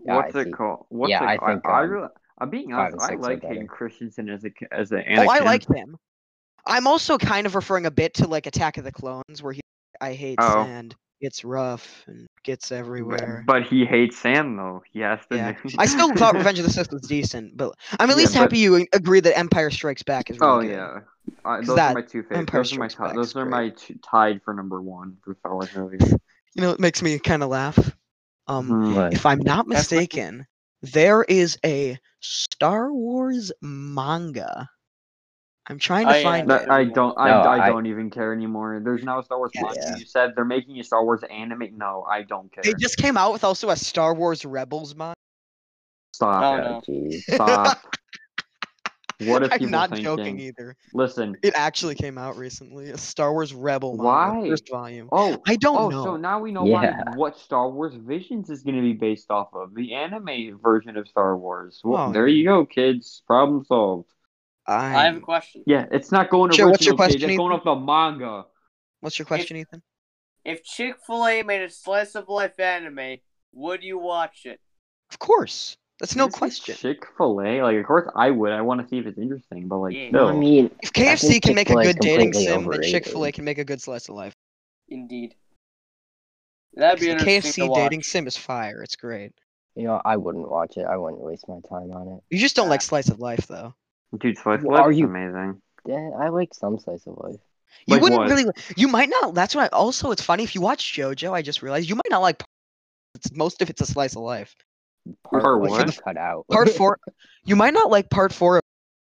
Speaker 4: Yeah,
Speaker 3: what's
Speaker 4: I
Speaker 3: it
Speaker 4: see.
Speaker 3: called? What's
Speaker 4: Yeah,
Speaker 3: it,
Speaker 4: I think,
Speaker 3: I, I
Speaker 4: um,
Speaker 3: really, I'm being honest.
Speaker 4: five and
Speaker 3: I
Speaker 4: six are
Speaker 3: like
Speaker 4: better.
Speaker 3: Hayden Christensen as a as an Anakin.
Speaker 2: Oh, I liked him. I'm also kind of referring a bit to like Attack of the Clones, where he I hate
Speaker 3: Oh.
Speaker 2: sand, it's rough, and gets
Speaker 3: But,
Speaker 2: everywhere.
Speaker 3: but he hates Sam though. He has to.
Speaker 2: Yeah.
Speaker 3: [LAUGHS] do-
Speaker 2: I still thought Revenge of the Sith was decent, but I'm at
Speaker 3: Yeah,
Speaker 2: least
Speaker 3: but-
Speaker 2: happy you agree that Empire Strikes Back is really
Speaker 3: Oh
Speaker 2: good.
Speaker 3: yeah, I,
Speaker 2: 'Cause
Speaker 3: those
Speaker 2: that
Speaker 3: are my two favorites.
Speaker 2: Empire
Speaker 3: Those are my
Speaker 2: Strikes
Speaker 3: top,
Speaker 2: Back's
Speaker 3: those are my two, tied for number one for Star Wars movies.
Speaker 2: You know, it makes me kind of laugh. Um,
Speaker 3: Mhm.
Speaker 4: What?
Speaker 2: if I'm not
Speaker 1: That's like-
Speaker 2: mistaken, There is a Star Wars manga. I'm trying to
Speaker 1: Oh, yeah.
Speaker 2: find
Speaker 1: No,
Speaker 2: it.
Speaker 3: That, I don't. I,
Speaker 4: No,
Speaker 3: I,
Speaker 4: I-
Speaker 3: don't even care anymore. There's now a Star Wars
Speaker 2: Yeah,
Speaker 3: manga.
Speaker 4: yeah.
Speaker 3: You said they're making a Star Wars anime. No, I don't care.
Speaker 2: They just came out with also a Star Wars Rebels manga.
Speaker 1: Oh,
Speaker 3: Stop.
Speaker 1: no.
Speaker 4: jeez.
Speaker 2: [LAUGHS]
Speaker 3: Stop. what if
Speaker 2: I'm
Speaker 3: people
Speaker 2: not
Speaker 3: thinking?
Speaker 2: joking either.
Speaker 3: Listen.
Speaker 2: It actually came out recently. A Star Wars Rebel manga,
Speaker 3: Why?
Speaker 2: first volume.
Speaker 3: Oh.
Speaker 2: I don't
Speaker 3: Oh,
Speaker 2: know.
Speaker 3: so now we know
Speaker 4: Yeah.
Speaker 3: why, what Star Wars Visions is going to be based off of the anime version of Star Wars. Well,
Speaker 2: Oh,
Speaker 3: there you go, kids. Problem solved.
Speaker 1: I have
Speaker 2: I.
Speaker 1: a question.
Speaker 3: Yeah, it's not going
Speaker 2: Sure,
Speaker 3: original.
Speaker 2: what's your
Speaker 3: kids.
Speaker 2: question,
Speaker 3: It's going off the manga.
Speaker 2: What's your question, Ethan?
Speaker 1: If Chick Fil A made a slice of life anime, would you watch it?
Speaker 2: Of course. That's no question.
Speaker 3: Chick Fil A. Like, of course I would. I want to see if it's interesting, but like,
Speaker 1: Yeah.
Speaker 3: no.
Speaker 4: I mean,
Speaker 2: If
Speaker 4: I
Speaker 2: KFC
Speaker 4: think
Speaker 2: can make a
Speaker 4: Chick-fil-A is
Speaker 2: good dating
Speaker 4: completely
Speaker 2: sim, then Chick Fil A
Speaker 4: overrated.
Speaker 2: can make a good slice of life.
Speaker 1: Indeed. That'd be
Speaker 2: The
Speaker 1: interesting to
Speaker 2: KFC
Speaker 1: watch.
Speaker 2: dating sim is fire. It's great.
Speaker 4: You know, I wouldn't watch it. I wouldn't waste my time on it.
Speaker 2: You just don't like
Speaker 1: Ah.
Speaker 2: slice of life, though.
Speaker 3: Dude, Slice
Speaker 4: Well, are
Speaker 3: Life's
Speaker 4: you-
Speaker 3: amazing.
Speaker 4: Yeah, Eh, I like some slice of life.
Speaker 2: You
Speaker 3: Like
Speaker 2: wouldn't
Speaker 3: what?
Speaker 2: really. You might not. That's why. Also, it's funny if you watch JoJo. I just realized you might not like. It's most of it's a slice of life.
Speaker 4: Part,
Speaker 3: Part
Speaker 4: one
Speaker 3: one?
Speaker 4: is cut out. [LAUGHS]
Speaker 2: Part four. you might not like part four of-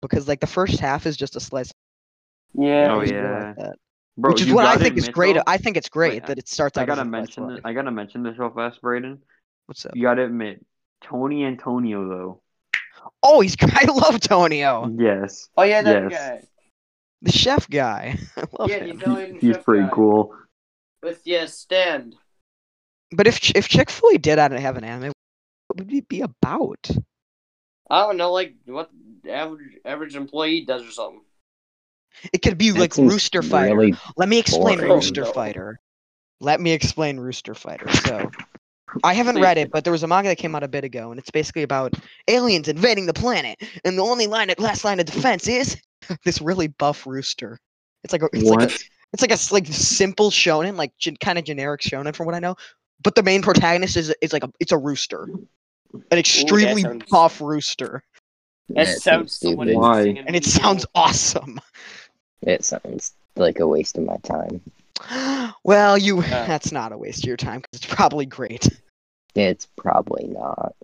Speaker 2: because like the first half is just a slice. of
Speaker 1: Yeah.
Speaker 3: Oh,
Speaker 2: life, you
Speaker 3: yeah.
Speaker 2: realize that.
Speaker 3: Bro,
Speaker 2: Which is
Speaker 3: you
Speaker 2: what I
Speaker 3: gotta
Speaker 2: think is
Speaker 3: admit,
Speaker 2: great.
Speaker 3: though-
Speaker 2: I think it's great
Speaker 3: Wait,
Speaker 2: that it starts out.
Speaker 3: I gotta
Speaker 2: as a slice of
Speaker 3: mention.
Speaker 2: life.
Speaker 3: This, I gotta mention this real fast, Braden.
Speaker 2: What's up?
Speaker 3: You gotta admit, Tony Antonio though.
Speaker 2: Oh, he's. [LAUGHS] I love Tonio,
Speaker 3: Yes,
Speaker 1: Oh yeah, that
Speaker 3: Yes.
Speaker 2: the chef guy. [LAUGHS] I
Speaker 1: guy.
Speaker 2: love
Speaker 1: Yeah,
Speaker 2: him.
Speaker 1: he's,
Speaker 3: he-
Speaker 1: Italian
Speaker 3: he's
Speaker 1: chef
Speaker 3: pretty
Speaker 1: guy.
Speaker 3: cool.
Speaker 1: With yeah, stand.
Speaker 2: But if Ch- if Chick Fil A did out and have an anime, what would it be about?
Speaker 1: I don't know, like what the average average employee does or something.
Speaker 2: It could be
Speaker 4: That
Speaker 2: like
Speaker 4: seems
Speaker 2: Rooster Fighter.
Speaker 4: Really, [LAUGHS]
Speaker 2: Let me explain
Speaker 4: boring,
Speaker 2: Rooster
Speaker 1: though.
Speaker 2: Fighter. Let me explain Rooster Fighter. So, I haven't read it, but there was a manga that came out a bit ago, and it's basically about aliens invading the planet, and the only line, last line of defense is [LAUGHS] this really buff rooster. It's like a, it's like a,
Speaker 3: What?
Speaker 2: it's like a s- like simple shonen, like gen, kind of generic shonen from what I know. But the main protagonist is is like a it's a rooster, an extremely
Speaker 1: sounds-
Speaker 2: buff rooster,
Speaker 1: That
Speaker 4: Yeah, it
Speaker 1: sounds
Speaker 4: seems
Speaker 1: somewhat
Speaker 4: stupid.
Speaker 3: Why?
Speaker 1: interesting.
Speaker 2: and it sounds awesome. [GASPS]
Speaker 4: it sounds like a waste of my time.
Speaker 2: well, you
Speaker 1: Yeah.
Speaker 2: [LAUGHS] that's not a waste of your time because it's probably great. [SIGHS]
Speaker 4: It's probably not.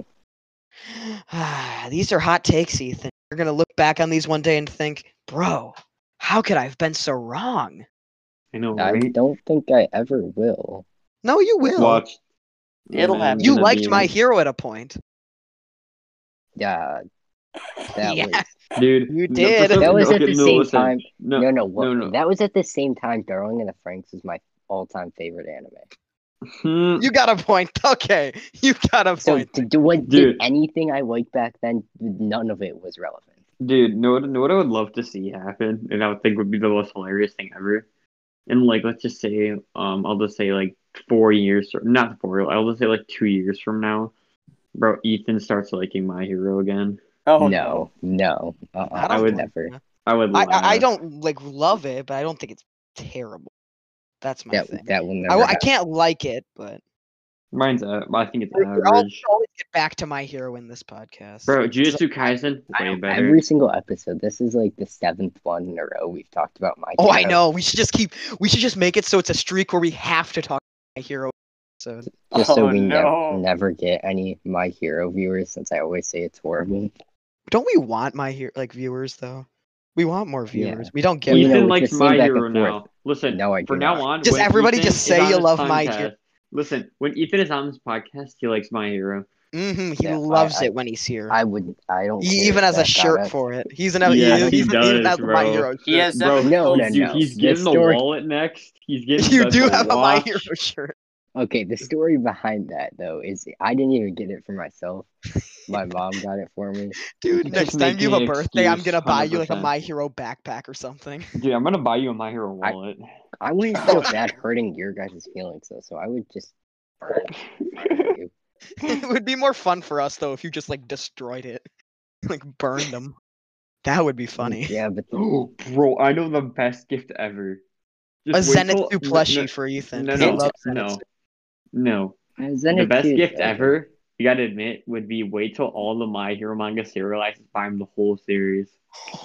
Speaker 2: Ah, these are hot takes, Ethan. You're gonna look back on these one day and think, bro, how could I have been so wrong?
Speaker 3: I know,
Speaker 4: I
Speaker 3: right?
Speaker 4: don't think I ever will.
Speaker 2: No, you will.
Speaker 3: Watch.
Speaker 1: It'll
Speaker 3: Man,
Speaker 1: happen.
Speaker 3: I'm
Speaker 2: you
Speaker 3: gonna
Speaker 2: liked
Speaker 3: be-
Speaker 2: my hero at a point.
Speaker 4: Yeah,
Speaker 2: [LAUGHS]
Speaker 4: that
Speaker 2: Yeah.
Speaker 4: was.
Speaker 3: dude.
Speaker 2: You
Speaker 3: no, for
Speaker 2: did.
Speaker 3: some-
Speaker 4: That was
Speaker 3: okay,
Speaker 4: at the
Speaker 3: no,
Speaker 4: same
Speaker 3: listen.
Speaker 4: time.
Speaker 3: No,
Speaker 4: No, no, what,
Speaker 3: no, no.
Speaker 4: that was at the same time. Darling in the Franks is my all-time favorite anime.
Speaker 3: Hmm.
Speaker 2: You got a point. [LAUGHS] Okay, you got a
Speaker 4: So,
Speaker 2: point.
Speaker 4: did, what, did
Speaker 3: Dude.
Speaker 4: anything I liked back then? None of it was relevant.
Speaker 3: Dude, know what, know what I would love to see happen, and I would think would be the most hilarious thing ever. And like, let's just say, um, I'll just say like four years, or not four. I'll just say like two years from now, bro. Ethan starts liking My Hero again.
Speaker 1: Oh
Speaker 4: no, no, uh-uh,
Speaker 2: I
Speaker 3: I
Speaker 2: don't
Speaker 3: would
Speaker 2: blame
Speaker 4: never.
Speaker 2: you.
Speaker 3: I would.
Speaker 2: I, I, I
Speaker 3: laugh.
Speaker 2: don't like love it, but I don't think it's terrible. That's my
Speaker 4: That
Speaker 2: thing.
Speaker 4: that will
Speaker 2: I,
Speaker 4: never.
Speaker 2: w- I
Speaker 4: happen.
Speaker 2: can't like it, but
Speaker 3: Mine's. Uh, I think it's
Speaker 2: I'll- I'll
Speaker 3: average.
Speaker 2: always get back to my hero in this podcast.
Speaker 3: Bro, Jujutsu Kaisen way better.
Speaker 4: Every single episode. This is like the seventh one in a row we've talked about my.
Speaker 2: Oh, I
Speaker 4: Hero.
Speaker 2: know. We should just keep. We should just make it so it's a streak where we have to talk about my hero. So
Speaker 4: Just so
Speaker 1: Oh,
Speaker 4: we
Speaker 1: no.
Speaker 4: never never get any my hero viewers, since I always say it's horrible.
Speaker 2: don't we want my hero like viewers though? We want more
Speaker 4: Yeah.
Speaker 2: viewers. We don't get.
Speaker 4: Well, you
Speaker 3: Ethan
Speaker 4: know,
Speaker 3: likes
Speaker 4: just
Speaker 3: My
Speaker 4: going back
Speaker 3: Hero
Speaker 4: and forth.
Speaker 3: now. Listen,
Speaker 4: No, I do
Speaker 3: for now
Speaker 4: not.
Speaker 3: on,
Speaker 2: Just
Speaker 3: when
Speaker 2: everybody
Speaker 3: Ethan
Speaker 2: just
Speaker 3: is
Speaker 2: say
Speaker 3: on
Speaker 2: you
Speaker 3: this
Speaker 2: love My
Speaker 3: podcast-
Speaker 2: Hero.
Speaker 3: Listen, when Ethan is on this podcast, he likes My Hero.
Speaker 2: hmm he
Speaker 4: Yeah, I-
Speaker 2: loves
Speaker 4: I-
Speaker 2: it when he's here.
Speaker 4: I would. I don't.
Speaker 2: he
Speaker 4: care
Speaker 2: E, even has a
Speaker 4: about
Speaker 2: shirt
Speaker 4: that.
Speaker 2: for it. He's an.
Speaker 3: Yeah,
Speaker 2: he's,
Speaker 3: he
Speaker 2: he's,
Speaker 3: does,
Speaker 2: has a My
Speaker 3: bro.
Speaker 2: Hero.
Speaker 1: He
Speaker 2: shirt.
Speaker 1: has
Speaker 3: Bro,
Speaker 1: seven
Speaker 4: no,
Speaker 1: coats.
Speaker 4: no,
Speaker 3: Dude,
Speaker 4: no.
Speaker 3: he's
Speaker 4: The
Speaker 3: getting the
Speaker 4: story-
Speaker 3: wallet next. He's
Speaker 2: [LAUGHS]
Speaker 3: getting.
Speaker 2: You
Speaker 3: the
Speaker 2: do have a My
Speaker 3: watch.
Speaker 2: Hero shirt.
Speaker 4: Okay, the story behind that though is I didn't even get it for myself. My mom got it for me.
Speaker 2: Dude,
Speaker 3: Just
Speaker 2: next time
Speaker 3: make
Speaker 2: you have a
Speaker 3: me an
Speaker 2: birthday, I'm
Speaker 3: excuse,
Speaker 2: gonna buy you like a
Speaker 3: 100%.
Speaker 2: My Hero backpack or something. [LAUGHS]
Speaker 3: Dude, I'm gonna buy you a My Hero wallet.
Speaker 4: I wouldn't feel bad hurting your guys' feelings though, so I would just burn it in front of you.
Speaker 2: it would be more fun for us though if you just like destroyed it, [LAUGHS] like burned them. That would be [LAUGHS] funny.
Speaker 4: Yeah, but
Speaker 3: Oh, bro, I know the best gift ever.
Speaker 2: A
Speaker 3: Just wait till-
Speaker 2: Zenitsu
Speaker 3: no,
Speaker 2: plushie
Speaker 3: no,
Speaker 2: for Ethan.
Speaker 3: No,
Speaker 2: 'cause he
Speaker 3: no,
Speaker 2: loves
Speaker 3: no,
Speaker 2: Zenitsu.
Speaker 3: no.
Speaker 4: Zenitsu,
Speaker 3: the best gift
Speaker 4: though,
Speaker 3: ever, you gotta admit, would be wait till all the My Hero manga serializes, buy him the whole series.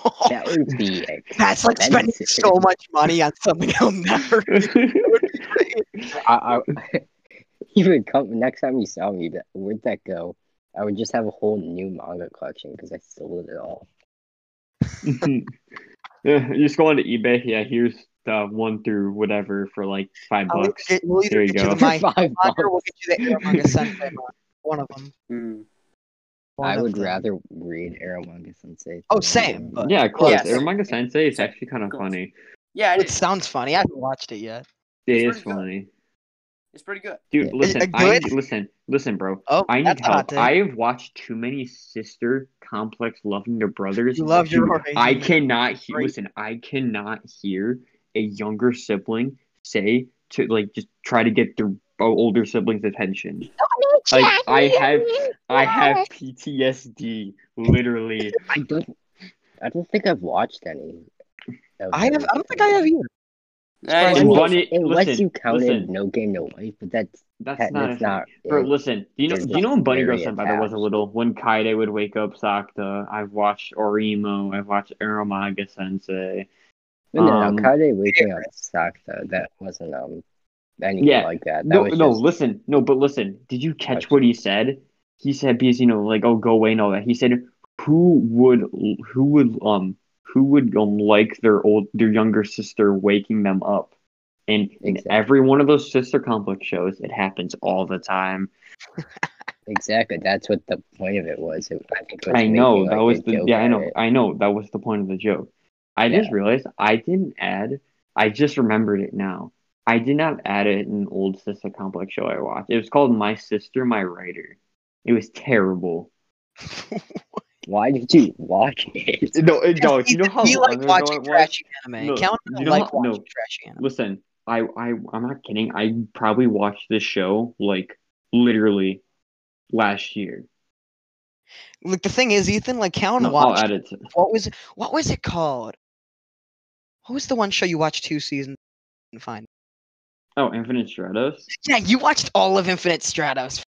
Speaker 3: [LAUGHS]
Speaker 4: [LAUGHS] That would be
Speaker 2: [LAUGHS]
Speaker 4: expensive.
Speaker 2: That's like spending so much money on something he'll [LAUGHS] never.
Speaker 4: [LAUGHS] I, I, you would come next time you saw me. you'd be like, Where'd that go? I would just have a whole new manga collection because I sold it all.
Speaker 3: [LAUGHS] yeah, you just go on to eBay. Yeah, here's the one through whatever for like five
Speaker 2: I'll
Speaker 3: bucks.
Speaker 2: get- we'll either
Speaker 3: There you
Speaker 2: get you
Speaker 3: go.
Speaker 2: the
Speaker 3: [LAUGHS]
Speaker 4: [LAUGHS]
Speaker 2: my
Speaker 4: Five
Speaker 2: manga or
Speaker 4: bucks.
Speaker 2: we'll get you the Arrow manga sensei manga. One of them.
Speaker 1: Hmm.
Speaker 2: One
Speaker 4: I
Speaker 2: of
Speaker 4: would
Speaker 2: them.
Speaker 4: rather read Aramanga Sensei.
Speaker 2: Oh,
Speaker 4: than-
Speaker 2: same, but-
Speaker 3: Yeah, of course.
Speaker 1: Yes.
Speaker 3: Uramanga Sensei is actually kind of
Speaker 1: Cool.
Speaker 3: funny.
Speaker 1: Yeah, it
Speaker 2: It
Speaker 1: is.
Speaker 2: sounds funny. I haven't watched it yet.
Speaker 3: It
Speaker 1: It's
Speaker 3: is
Speaker 1: pretty good.
Speaker 3: funny,
Speaker 1: It's pretty good.
Speaker 3: dude.
Speaker 4: Yeah.
Speaker 3: Listen,
Speaker 2: Is it
Speaker 3: I
Speaker 2: good?
Speaker 3: listen, listen, bro.
Speaker 2: Oh,
Speaker 3: I need
Speaker 2: that's a hot
Speaker 3: help.
Speaker 2: take.
Speaker 3: I have watched too many sister complex loving their brothers.
Speaker 2: You love your
Speaker 3: Dude,
Speaker 2: Rory.
Speaker 3: I cannot he-
Speaker 2: Right.
Speaker 3: listen. I cannot hear a younger sibling say to like just try to get their older siblings' attention. Like
Speaker 2: [LAUGHS]
Speaker 3: I have, I have PTSD. Literally,
Speaker 4: I don't. I don't think I've watched any. of
Speaker 2: I have. I don't think I
Speaker 4: those.
Speaker 2: have either.
Speaker 1: Yeah, it
Speaker 3: And
Speaker 1: is.
Speaker 3: Surprising.
Speaker 4: Unless,
Speaker 3: one-
Speaker 4: unless
Speaker 3: listen,
Speaker 4: you counted
Speaker 3: listen.
Speaker 4: No Game No Life, but that's
Speaker 3: that's
Speaker 4: that's
Speaker 3: not. a
Speaker 4: not.
Speaker 3: thing. Bro, listen. Do you know?
Speaker 4: They're
Speaker 3: Do you
Speaker 4: just
Speaker 3: know when Bunny Girl
Speaker 4: very
Speaker 3: Senpai was a
Speaker 4: attached.
Speaker 3: little? When Kaede would wake up Sakta. I've watched Orimo. I've watched Aramaga Sensei.
Speaker 4: No, no,
Speaker 3: um,
Speaker 4: no, Kaede waking up sucked though. That wasn't um anything
Speaker 3: Yeah.
Speaker 4: like that. that
Speaker 3: No,
Speaker 4: was
Speaker 3: no.
Speaker 4: just,
Speaker 3: Listen, no. But listen. Did you catch
Speaker 4: Watch.
Speaker 3: what he said? He said because you know, like, oh, go away and all that. He said, who would, who would, um, who would um like their old, their younger sister waking them up? And in
Speaker 4: Exactly.
Speaker 3: every one of those sister complex shows, it happens all the time.
Speaker 4: exactly. That's what the point of it was. It, I think. it was
Speaker 3: I
Speaker 4: making,
Speaker 3: know
Speaker 4: like,
Speaker 3: that
Speaker 4: a
Speaker 3: was the
Speaker 4: joke
Speaker 3: yeah I
Speaker 4: at
Speaker 3: know
Speaker 4: it.
Speaker 3: I know that was the point of the joke. I just realized I didn't add. I just remembered it now. I did not add it in an old sister complex show I watched. It was called My Sister My Writer. It was terrible.
Speaker 4: Why did you [LAUGHS] watch
Speaker 3: [LAUGHS]
Speaker 4: it?
Speaker 3: No, it- no.
Speaker 2: Yes,
Speaker 3: You know how
Speaker 2: he liked
Speaker 3: long ago
Speaker 2: watching
Speaker 3: it was.
Speaker 2: trashy anime.
Speaker 3: No,
Speaker 2: Count
Speaker 3: you know
Speaker 2: like
Speaker 3: how- no.
Speaker 2: watching trashy anime.
Speaker 3: Listen, I I I'm not kidding. I probably watched this show like literally last year.
Speaker 2: Like the thing is, Ethan, like Count
Speaker 3: No, oh, I'll
Speaker 2: watched.
Speaker 3: add it. To,
Speaker 2: What was what was it called? What was the one show you watched two seasons? And find
Speaker 3: oh, Infinite Stratos.
Speaker 2: yeah, you watched all of Infinite Stratos.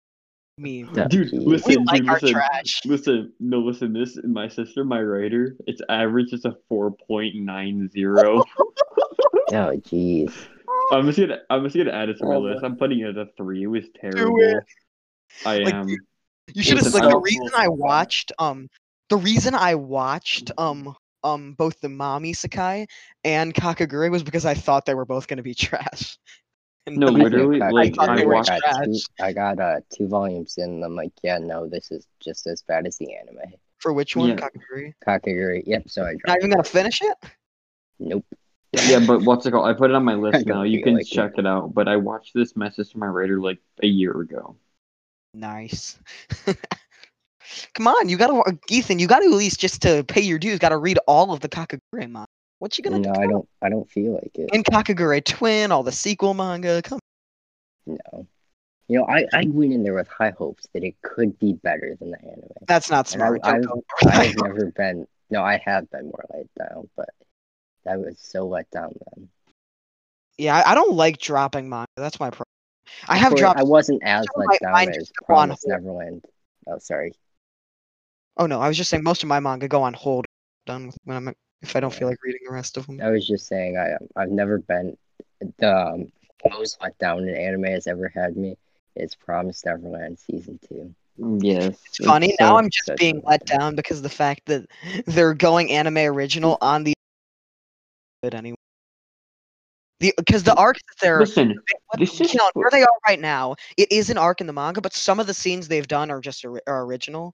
Speaker 2: Me,
Speaker 4: Yeah,
Speaker 3: Dude,
Speaker 4: geez.
Speaker 3: listen,
Speaker 2: we
Speaker 3: dude,
Speaker 2: like our
Speaker 3: listen.
Speaker 2: trash.
Speaker 3: Listen, no, listen. This my sister, my writer. Its average is a four point nine
Speaker 4: [LAUGHS]
Speaker 3: zero.
Speaker 4: Oh, jeez.
Speaker 3: I'm just gonna, I'm just gonna add it to my
Speaker 1: Oh,
Speaker 3: list.
Speaker 1: boy.
Speaker 3: I'm putting it at a three. It was terrible. I
Speaker 2: Like,
Speaker 3: am.
Speaker 2: You should have
Speaker 3: Listen,
Speaker 2: like
Speaker 3: I
Speaker 2: the
Speaker 1: don't
Speaker 2: reason
Speaker 1: feel
Speaker 2: I
Speaker 1: so bad.
Speaker 2: watched um the reason I watched um um both the mommy Sakai and Kakaguri was because I thought they were both gonna be [LAUGHS] trash. And
Speaker 3: No,
Speaker 2: I-
Speaker 4: I
Speaker 3: literally,
Speaker 4: got-
Speaker 3: like,
Speaker 2: I
Speaker 4: I
Speaker 2: watched-
Speaker 4: got, two, I got uh two volumes in. And I'm like, yeah, no, this is just as bad as the anime.
Speaker 2: for which one,
Speaker 3: Yeah.
Speaker 2: Kakaguri?
Speaker 4: Kakaguri. Yep. So I
Speaker 2: Not
Speaker 4: dropped.
Speaker 2: even gonna finish it.
Speaker 4: Nope.
Speaker 3: Yeah, but what's it called? I put it on my
Speaker 4: [LAUGHS] I
Speaker 3: list
Speaker 4: don't
Speaker 3: now. You
Speaker 4: feel
Speaker 3: can
Speaker 4: like it.
Speaker 3: check it out. But I watched this my sister, my writer like a year ago.
Speaker 2: Nice. [LAUGHS] Come on, you gotta wa- Ethan. You gotta at least just to pay your dues. Gotta read all of the Kakaguri manga. What you gonna
Speaker 4: No,
Speaker 2: do? [LAUGHS]
Speaker 4: I don't. I don't feel like it.
Speaker 2: And Kakaguri Twin, all the sequel manga. Come.
Speaker 4: No. You know, I, I went in there with high hopes that it could be better than the anime.
Speaker 2: That's not
Speaker 4: And I-
Speaker 2: smart.
Speaker 4: [LAUGHS] I-
Speaker 2: Don't go-
Speaker 4: I've never been. No, I have been more let down, but I was so let down then.
Speaker 2: [LAUGHS] yeah, I- I don't like dropping manga. That's my problem. I
Speaker 4: Of
Speaker 2: have
Speaker 4: course,
Speaker 2: dropped
Speaker 4: I wasn't as
Speaker 2: some of
Speaker 4: let
Speaker 2: my- mine
Speaker 4: down as
Speaker 2: just go on
Speaker 4: Promise
Speaker 2: hold.
Speaker 4: Neverland. Oh, sorry.
Speaker 2: Oh no, I was just saying most of my manga go on hold. Done with when I'm if I don't feel like reading the rest of them.
Speaker 4: I was just saying I I've never been the um, most let down an anime has ever had me. It's Promise Neverland season two.
Speaker 3: Yes,
Speaker 2: It's funny now. I'm just
Speaker 4: such
Speaker 2: being
Speaker 4: a-
Speaker 2: let down because the fact that [LAUGHS] they're going anime original
Speaker 3: Mm.
Speaker 2: on the. But anyway, the because the arcs that they're
Speaker 3: Listen,
Speaker 2: what-
Speaker 3: this is
Speaker 2: Keon,
Speaker 3: wh-
Speaker 2: where they are right now, it is an arc in the manga, but some of the scenes they've done are just ori- are original,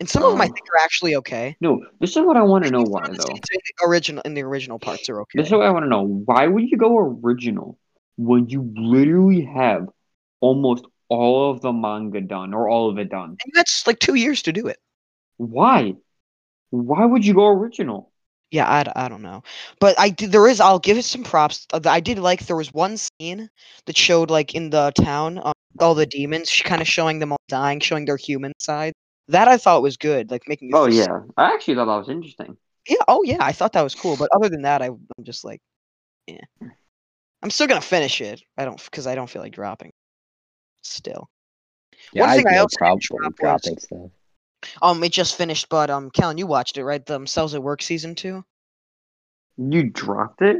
Speaker 2: and some of them I
Speaker 3: Oh.
Speaker 2: think are actually okay.
Speaker 3: no, this is what I want to know.
Speaker 2: Some
Speaker 3: Why
Speaker 2: of the
Speaker 3: though?
Speaker 2: scenes in the original in the original parts are okay.
Speaker 3: This is what I want to know. Why would you go original when you literally have almost all of the manga done or all of it done?
Speaker 2: and that's like two years to do it.
Speaker 3: Why? Why would you go original?
Speaker 2: Yeah, I, d- I don't know, but I did, there is. I'll give it some props. uh, I did like there was one scene that showed like in the town um, all the demons, kind of showing them all dying, showing their human side. That I thought was good, like making. you
Speaker 3: Oh
Speaker 2: feel-
Speaker 3: yeah, I actually thought that was interesting.
Speaker 2: yeah, oh yeah. I thought that was cool, but other than that, I, I'm just like, yeah. I'm still gonna finish it. I don't because I don't feel like dropping. Still,
Speaker 4: Yeah,
Speaker 2: One
Speaker 4: I have
Speaker 2: thing I
Speaker 4: no
Speaker 2: also
Speaker 4: problem
Speaker 2: dropped was-
Speaker 4: dropping stuff.
Speaker 2: um, it just finished, but um, Callan, you watched it right? Themselves at Work season two.
Speaker 3: You dropped it?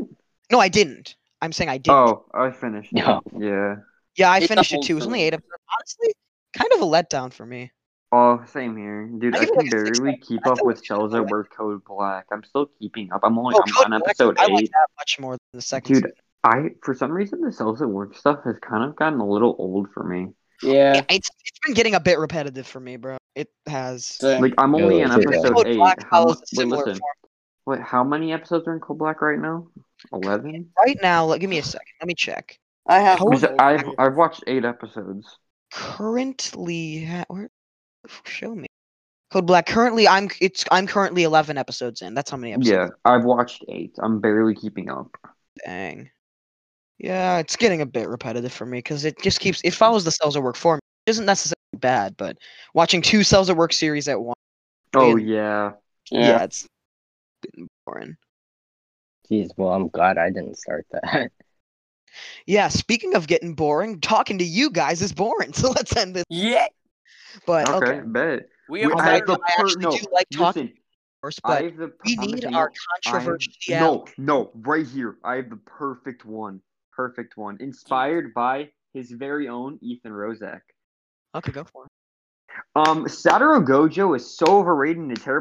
Speaker 2: No, I didn't. I'm saying I didn't.
Speaker 3: Oh, I finished. it.
Speaker 4: No.
Speaker 3: Yeah.
Speaker 2: Yeah, I
Speaker 1: It's a
Speaker 2: finished it
Speaker 1: whole
Speaker 2: too. It was only
Speaker 1: film.
Speaker 2: eight episodes. Honestly, kind of a letdown for me.
Speaker 3: Oh, same here, dude.
Speaker 2: I
Speaker 3: I,
Speaker 2: give it,
Speaker 3: can
Speaker 2: like, a six
Speaker 3: barely keep
Speaker 2: I
Speaker 3: up
Speaker 2: thought
Speaker 3: with
Speaker 2: it was-
Speaker 3: Cells that were Code Black. I'm still keeping up. I'm only
Speaker 2: Oh, Code
Speaker 3: I'm on
Speaker 2: Black,
Speaker 3: episode
Speaker 2: I like
Speaker 3: eight.
Speaker 2: that much more than the second.
Speaker 3: Dude,
Speaker 2: Dude,
Speaker 3: I for some reason the Cells that work stuff has kind of gotten a little old for me.
Speaker 1: Yeah.
Speaker 2: it's it's been getting a bit repetitive for me, bro. It has.
Speaker 1: same.
Speaker 3: Like I'm only
Speaker 4: Yeah,
Speaker 3: on
Speaker 4: it's like
Speaker 3: episode
Speaker 2: Code
Speaker 3: eight.
Speaker 2: Black
Speaker 3: How
Speaker 2: follows a
Speaker 3: mu- wait,
Speaker 2: similar
Speaker 3: listen.
Speaker 2: form.
Speaker 3: Wait, how many episodes are in Code Black right now? Eleven.
Speaker 2: Right now, like, give me a second. Let me check.
Speaker 1: I have.
Speaker 2: How
Speaker 3: Because
Speaker 1: one.
Speaker 3: I've I've watched eight episodes.
Speaker 2: Currently, ha- where? Show me. Code Black. Currently, I'm it's I'm currently eleven episodes in. That's how many episodes.
Speaker 3: Yeah, I've watched eight. I'm barely keeping up.
Speaker 2: Dang. Yeah, it's getting a bit repetitive for me because it just keeps it follows the cells at work form. It isn't necessarily bad, but watching two cells at work series at once,
Speaker 3: Oh
Speaker 2: Wait.
Speaker 3: yeah.
Speaker 2: yeah,
Speaker 1: yeah.
Speaker 2: it's been boring.
Speaker 4: Jeez, well, I'm glad I didn't start that.
Speaker 2: Yeah, speaking of getting boring, talking to you guys is boring. [LAUGHS] So let's end this.
Speaker 1: Yeah.
Speaker 2: But okay,
Speaker 3: Uh, Okay, bet.
Speaker 1: We have.
Speaker 3: We-
Speaker 2: Although
Speaker 3: I
Speaker 1: heard
Speaker 3: have the
Speaker 1: of-
Speaker 2: I
Speaker 3: per-
Speaker 2: actually
Speaker 3: no,
Speaker 2: do like talking
Speaker 3: listen,
Speaker 2: first,
Speaker 3: I
Speaker 2: but
Speaker 3: have the
Speaker 2: we
Speaker 3: I'm
Speaker 2: need
Speaker 3: listening.
Speaker 2: our
Speaker 3: I have-
Speaker 2: controversial.
Speaker 3: No, no, right here. I have the perfect one. Perfect one. Inspired by his very own Ethan Rozek.
Speaker 2: Okay, go for it.
Speaker 3: Um, Satoru Gojo is so overrated and a terrible.